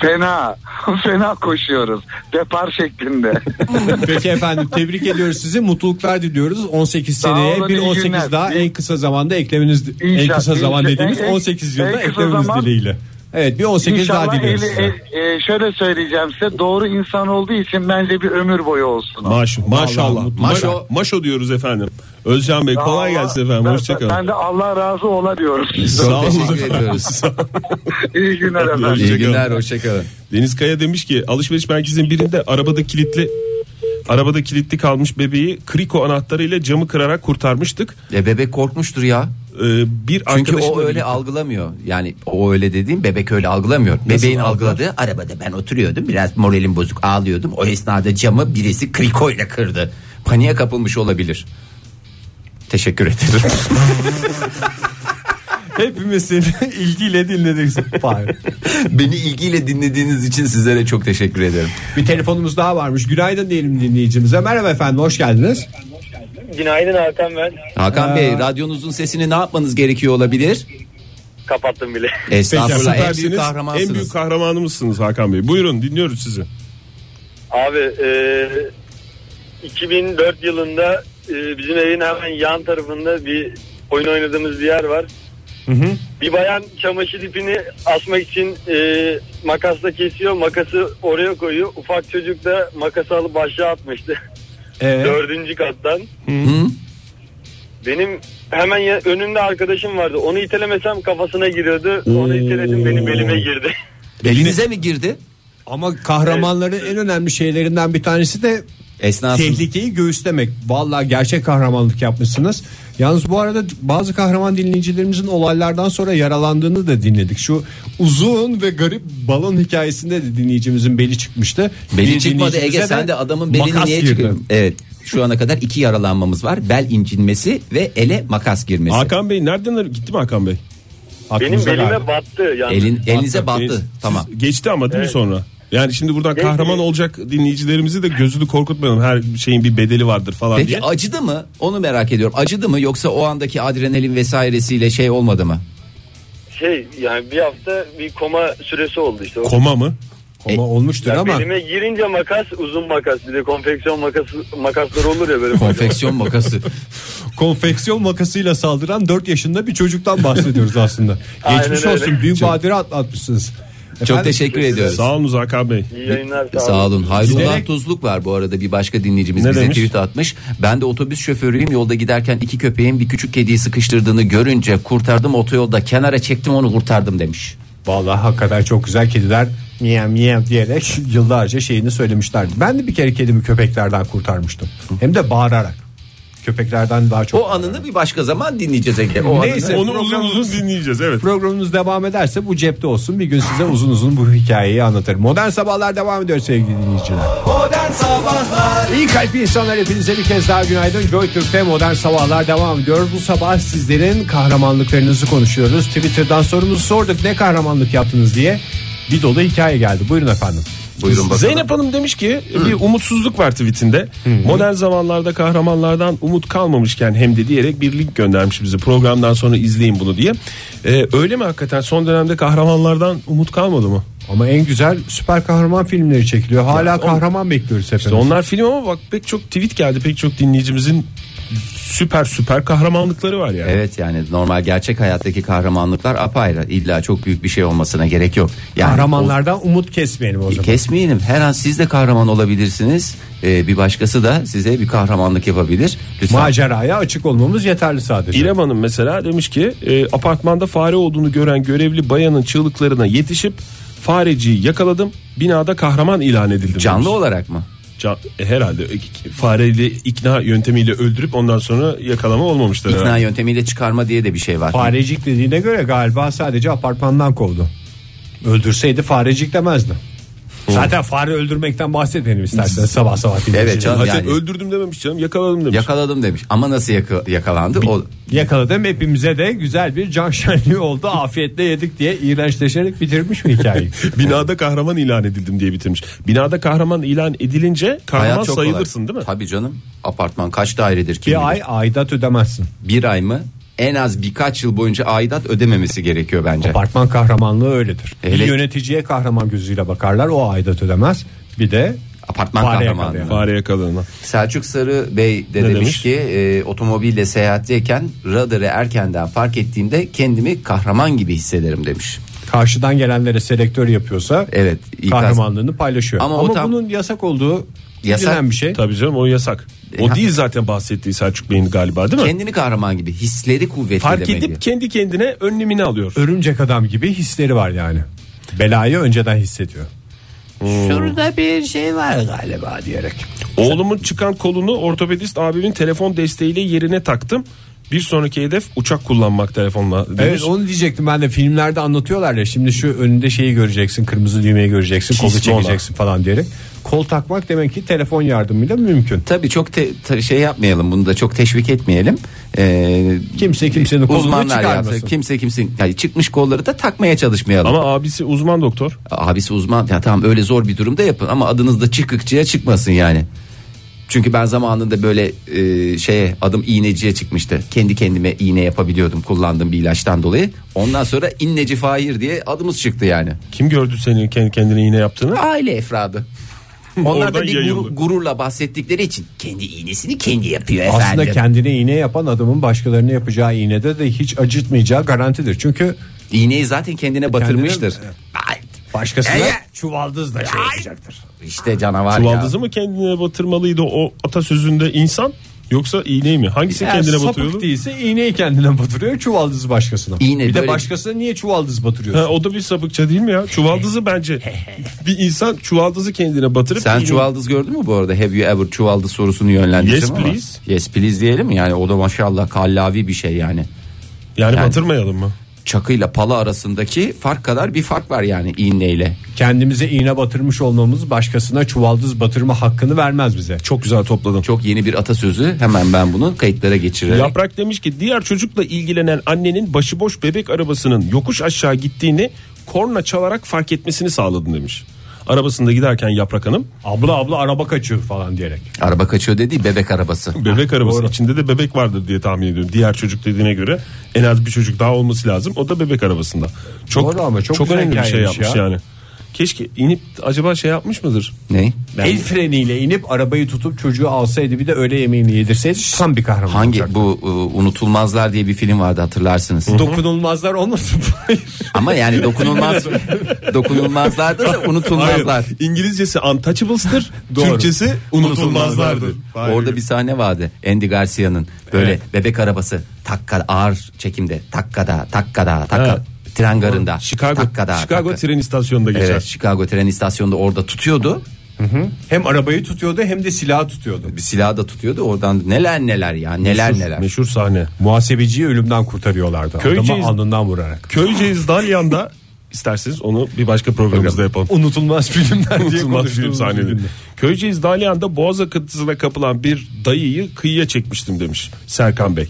Fena [LAUGHS] fena koşuyoruz depar [LAUGHS] şeklinde. [LAUGHS] Peki efendim tebrik ediyoruz sizi. Mutluluklar diliyoruz. 18 Sağ seneye olun, bir iyi 18 günler. daha İyi- en kısa zamanda eklemeniz en İnşallah, kısa zaman inşallah. dediğimiz En- en- 18 yılda en kısa eklemeniz zaman- dileğiyle. Evet bir 18 İnşallah daha diliyoruz. eli- size. e- e, şöyle söyleyeceğim size doğru insan olduğu için bence bir ömür boyu olsun. o. Maş, maşallah. mutlu. Maşo. Maşo diyoruz efendim. Özcan Bey kolay Allah- gelsin efendim. ben- Hoşçakalın. Ben de Allah razı ola diyorum. Sağ Çok olun teşekkür ediyoruz. İyi günler efendim. İyi günler hoşçakalın. Deniz Kaya demiş ki alışveriş merkezinin birinde arabada kilitli arabada kilitli kalmış bebeği kriko anahtarıyla camı kırarak kurtarmıştık. E, bebek korkmuştur ya. Ee, bir Çünkü arkadaşımla o öyle birlikte- algılamıyor. Yani o öyle dediğim bebek öyle algılamıyor. Bebeğin algıladığı arabada ben oturuyordum. Biraz moralim bozuk ağlıyordum. O esnada camı birisi krikoyla kırdı. Paniğe kapılmış olabilir. Teşekkür [LAUGHS] ederim. Hepimiz seni [LAUGHS] ilgiyle dinledik. Fahir. Beni ilgiyle dinlediğiniz için sizlere çok teşekkür ederim. bir telefonumuz daha varmış. Günaydın diyelim dinleyicimize. Merhaba efendim hoş geldiniz. Günaydın Hakan ben. Hakan Bey radyonuzun sesini ne yapmanız gerekiyor olabilir? Kapattım bile. Peki, Estağfurullah en süpersiniz. büyük En büyük kahramansınız. kahramanımızsınız Hakan Bey. Buyurun dinliyoruz sizi. Abi e, 2004 yılında e, bizim evin hemen yan tarafında bir oyun oynadığımız bir yer var. Bir bayan çamaşır ipini asmak için e, makasla kesiyor. Makası oraya koyuyor. Ufak çocuk da makası alıp aşağı atmıştı. Ee, [LAUGHS] Dördüncü kattan. Benim hemen ya- önümde arkadaşım vardı. Onu itelemesem kafasına giriyordu. Onu iteledim benim belime girdi. Elinize mi girdi? ama kahramanların en önemli şeylerinden bir tanesi de Esnasında- Tehlikeyi göğüslemek. Vallahi gerçek kahramanlık yapmışsınız. Yalnız bu arada bazı kahraman dinleyicilerimizin olaylardan sonra yaralandığını da dinledik. Şu uzun ve garip balon hikayesinde de dinleyicimizin beli çıkmıştı. Beli Bir çıkmadı dinleyicimize Ege sen de adamın belini makas niye girdi. çıkıyorsun? Evet. Şu ana kadar iki yaralanmamız var. Bel incinmesi ve ele makas girmesi. Hakan Bey nereden ar- gitti mi Hakan Bey? Benim Aklımıza geldi. belime battı. Yani. Elin elinize Hakan Bey, battı. siz- Tamam. Geçti ama değil mi Evet. sonra? Yani şimdi buradan Geçti. kahraman olacak dinleyicilerimizi de gözünü korkutmayalım. Her şeyin bir bedeli vardır falan Peki diye. acıdı mı? Onu merak ediyorum. Acıdı mı yoksa o andaki adrenalin vesairesiyle şey olmadı mı? Şey yani bir hafta bir koma süresi oldu işte. O- Koma mı? E, Ama olmuştur Yani ama belime girince makas uzun makas bir de konfeksiyon makası, makasları olur ya böyle. Konfeksiyon makası. konfeksiyon makasıyla saldıran 4 yaşında bir çocuktan bahsediyoruz aslında. [LAUGHS] Aynen Geçmiş öyle. olsun büyük badire atlatmışsınız. Çok Efendim, teşekkür ediyoruz. Sağ olun Hakan Bey. İyi yayınlar sağ, Sağ olun. Hayrullah Giderek- Tuzluk var bu arada bir başka dinleyicimiz Ne bize demiş? tweet atmış. Ben de otobüs şoförüyüm. Yolda giderken iki köpeğin bir küçük kediyi sıkıştırdığını görünce kurtardım otoyolda kenara çektim onu kurtardım demiş. Vallahi hakikaten çok güzel kediler miyem miyem diyerek [LAUGHS] yıllarca şeyini söylemişlerdi. Ben de bir kere kedimi köpeklerden kurtarmıştım. Hem de bağırarak. Köpeklerden daha çok. O anını bir başka zaman dinleyeceğiz Ege. O anını- Neyse Onu uzun programımız- uzun dinleyeceğiz evet. Programımız devam ederse bu cepte olsun. Bir gün size uzun uzun bu hikayeyi anlatırım. Modern Sabahlar devam ediyor sevgili dinleyiciler. Modern Sabahlar İyi kalpli insanlar hepinize bir kez daha günaydın. Joy Türk'te modern sabahlar devam ediyor. Bu sabah sizlerin kahramanlıklarınızı konuşuyoruz. Twitter'dan sorumuzu sorduk. Ne kahramanlık yaptınız diye. Bir dolu hikaye geldi. Buyurun efendim. Buyurun bakalım. Zeynep Hanım demiş ki bir umutsuzluk var tweetinde. Hmm. Modern zamanlarda kahramanlardan umut kalmamışken hem de diyerek bir link göndermiş bize. Programdan sonra izleyin bunu diye. Ee, öyle mi hakikaten son dönemde kahramanlardan umut kalmadı mı? Ama en güzel süper kahraman filmleri çekiliyor. Hala kahraman bekliyoruz hepimiz. İşte onlar film ama bak pek çok tweet geldi. Pek çok dinleyicimizin süper süper kahramanlıkları var yani. Evet yani normal gerçek hayattaki kahramanlıklar apayrı. İlla çok büyük bir şey olmasına gerek yok. Yani Kahramanlardan umut kesmeyelim o o- zaman. Kesmeyelim. Her an siz de kahraman olabilirsiniz. Ee, bir başkası da size bir kahramanlık yapabilir. Lütfen. Maceraya açık olmamız yeterli sadece. İrem Hanım mesela demiş ki e, apartmanda fare olduğunu gören görevli bayanın çığlıklarına yetişip fareciyi yakaladım. Binada kahraman ilan edildim. demiş. Canlı olarak mı? Can- e, herhalde e, fareyle ikna yöntemiyle öldürüp ondan sonra yakalama olmamıştır. İkna herhalde. yöntemiyle çıkarma diye de bir şey var. Farecik dediğine göre galiba sadece apartmandan kovdu. Öldürseydi farecik demezdi. Zaten fare öldürmekten bahsetmeyelim isterseniz sabah sabah. dinleyicilerimize. canım. Zaten Yani- öldürdüm dememiş canım yakaladım demiş. Yakaladım demiş. Ama nasıl yaka- yakalandı? O Yakaladım hepimize de güzel bir can [LAUGHS] şenliği oldu. Afiyetle yedik diye iğrençleşerek bitirmiş mi hikayeyi? Binada kahraman ilan edildim diye bitirmiş. Binada kahraman ilan edilince kahraman hayat çok sayılırsın kolay. değil mi? Tabii canım. Apartman kaç dairedir kim bilir? bir ay aidat ödemezsin. Bir ay mı? En az birkaç yıl boyunca aidat ödememesi gerekiyor bence. Apartman kahramanlığı öyledir. Bir Evet. yöneticiye kahraman gözüyle bakarlar o aidat ödemez. Bir de Apartman Fare kahramanlığı. yakalıyor. Fare yakalanma. Selçuk Sarı Bey de Ne demiş, demiş? ki e, otomobille seyahatteyken radarı erkenden fark ettiğimde kendimi kahraman gibi hissederim demiş. karşıdan gelenlere selektör yapıyorsa Evet, ikaz- kahramanlığını paylaşıyor. Ama, Ama o tam- bunun yasak olduğu Yasak- bilinen bir şey. Tabii canım o yasak. E, ha- O değil zaten bahsettiği Selçuk Bey'in galiba değil mi? Kendini kahraman gibi hisleri kuvvetli Fark demeli. edip kendi kendine önlemini alıyor. Örümcek adam gibi hisleri var yani. Belayı önceden hissediyor. Şurada bir şey var galiba diyerek. Oğlumun çıkan kolunu ortopedist abimin telefon desteğiyle yerine taktım. Bir sonraki hedef uçak kullanmak telefonla demiş. Evet onu diyecektim ben de filmlerde anlatıyorlar ya şimdi şu önünde şeyi göreceksin kırmızı düğmeyi göreceksin Kis kolu mi ona? çekeceksin falan diyerek. Kol takmak demek ki telefon yardımıyla mümkün. Tabii çok te- ta- şey yapmayalım bunu da çok teşvik etmeyelim. Ee, Kimse kimsenin kolunu uzmanlar çıkarmasın. yaptı. Kimse kimsenin yani çıkmış kolları da takmaya çalışmayalım. Ama abisi uzman doktor. Abisi uzman ya tamam öyle zor bir durumda yapın ama adınız da çıkıkçıya çıkmasın yani. Çünkü ben zamanında böyle e, şeye adım iğneciye çıkmıştı. Kendi kendime iğne yapabiliyordum kullandığım bir ilaçtan dolayı. Ondan sonra inneci Fahir diye adımız çıktı yani. Kim gördü senin kendi kendine iğne yaptığını? Aile efradı. Onlar da Oradan bir yayıldı. gurur- gururla bahsettikleri için kendi iğnesini kendi yapıyor efendim. Aslında kendine iğne yapan adamın başkalarını yapacağı iğnede de hiç acıtmayacağı garantidir. Çünkü İğneyi zaten E, kendine batırmıştır. Kendine- Ay, başkasına Ege! çuvaldız da şey yapacaktır. İşte canavar ya. Çuvaldızı mı kendine batırmalıydı o atasözünde insan Yoksa iğneyi mi? Hangisi Eğer kendine sapık batıyordu? değilse iğneyi kendine batırıyor çuvaldızı başkasına. İğne bir de böyle- başkasına niye çuvaldız batırıyorsun? Ha, o da bir sapıkça değil mi ya? Çuvaldızı bence. bir insan çuvaldızı kendine batırıp Sen iğneyi- çuvaldız gördün mü bu arada? Have you ever çuvaldız sorusunu yönlendireceğim Yes, ama. please. Yes please diyelim yani o da maşallah kallavi bir şey yani. yani, Yani- batırmayalım mı? Çakıyla pala arasındaki fark kadar bir fark var yani iğneyle. Kendimize iğne batırmış olmamız başkasına çuvaldız batırma hakkını vermez bize. Çok güzel topladın. Çok yeni bir atasözü hemen ben bunu kayıtlara geçirerek. Yaprak demiş ki diğer çocukla ilgilenen annenin başıboş bebek arabasının yokuş aşağı gittiğini korna çalarak fark etmesini sağladım demiş. Arabasında giderken Yaprak Hanım Abla abla araba kaçıyor falan diyerek. Araba kaçıyor dedi bebek arabası. bebek arabası içinde de bebek vardır diye tahmin ediyorum. Diğer çocuk dediğine göre en az bir çocuk daha olması lazım. O da bebek arabasında. Çok Doğru ama çok güzel önemli bir şey hikayeymiş yapmış ya. yani. Keşke inip acaba şey yapmış mıdır? Ne? El freniyle inip arabayı tutup çocuğu alsaydı bir de öğle yemeğini yedirseydi tam bir kahraman Hangi olacaktı. bu e, unutulmazlar diye bir film vardı hatırlarsınız. Dokunulmazlar olmasın? Hayır. Ama [LAUGHS] yani dokunulmaz dokunulmazlardır da unutulmazlar. Hayır, [LAUGHS] İngilizcesi untouchables'tır. [LAUGHS] Doğru. Türkçesi unutulmazlardır. Orada bir sahne vardı Andy Garcia'nın böyle bebek arabası takka ağır çekimde takkada takkada takka Ha. tren garında Chicago, takkada, Chicago takka. tren istasyonunda geçer. Evet, Chicago tren istasyonunda orada tutuyordu. hem arabayı tutuyordu hem de silahı tutuyordu. Bir silah da tutuyordu. Oradan neler neler ya neler Meşhur- neler. Meşhur sahne. Muhasebeciyi ölümden kurtarıyorlardı. Köyceğiz- Adamı alnından vurarak. Köyceğiz Dalyan'da [LAUGHS] isterseniz onu bir başka programımızda yapalım. Unutulmaz filmler diye Unutulmaz film konuştuğumuz sahneleri. filmde. Köyceğiz Dalyan'da boğaz akıntısına kapılan bir dayıyı kıyıya çekmiştim demiş Serkan Bey.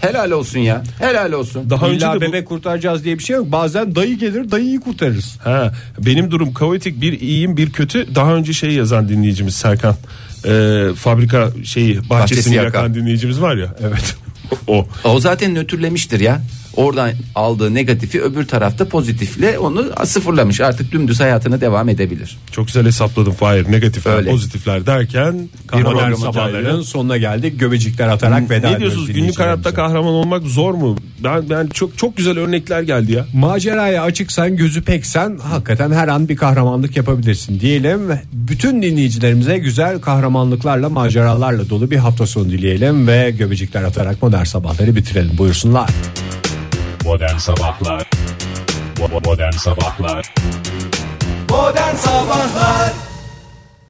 Helal olsun ya. Helal olsun. Daha önce İlla de bu- bebek kurtaracağız diye bir şey yok. Bazen dayı gelir dayıyı kurtarırız. Ha, benim durum kaotik bir iyiyim bir kötü. Daha önce şey yazan dinleyicimiz Serkan. Ee, fabrika şeyi bahçesini, Bahçesini yakan. yakan dinleyicimiz var ya. Evet. o. O zaten nötrlemiştir ya. Oradan aldığı negatifi öbür tarafta pozitifle onu sıfırlamış. Artık dümdüz hayatına devam edebilir. Çok güzel hesapladım Fahir. Negatifler, Öyle. pozitifler derken Bir kahraman modern hikayeleri- sabahların sonuna geldik. Göbecikler atarak veda Ne ediyoruz diyorsunuz? Günlük dinleyicilerimize. hayatta kahraman olmak zor mu? Ben ben çok çok güzel örnekler geldi ya. Maceraya açıksan gözü peksen hakikaten her an bir kahramanlık yapabilirsin diyelim. Bütün dinleyicilerimize güzel kahramanlıklarla maceralarla dolu bir hafta sonu dileyelim ve göbecikler atarak modern sabahları bitirelim buyursunlar. Modern Sabahlar Bo- bo- Modern Sabahlar Modern Sabahlar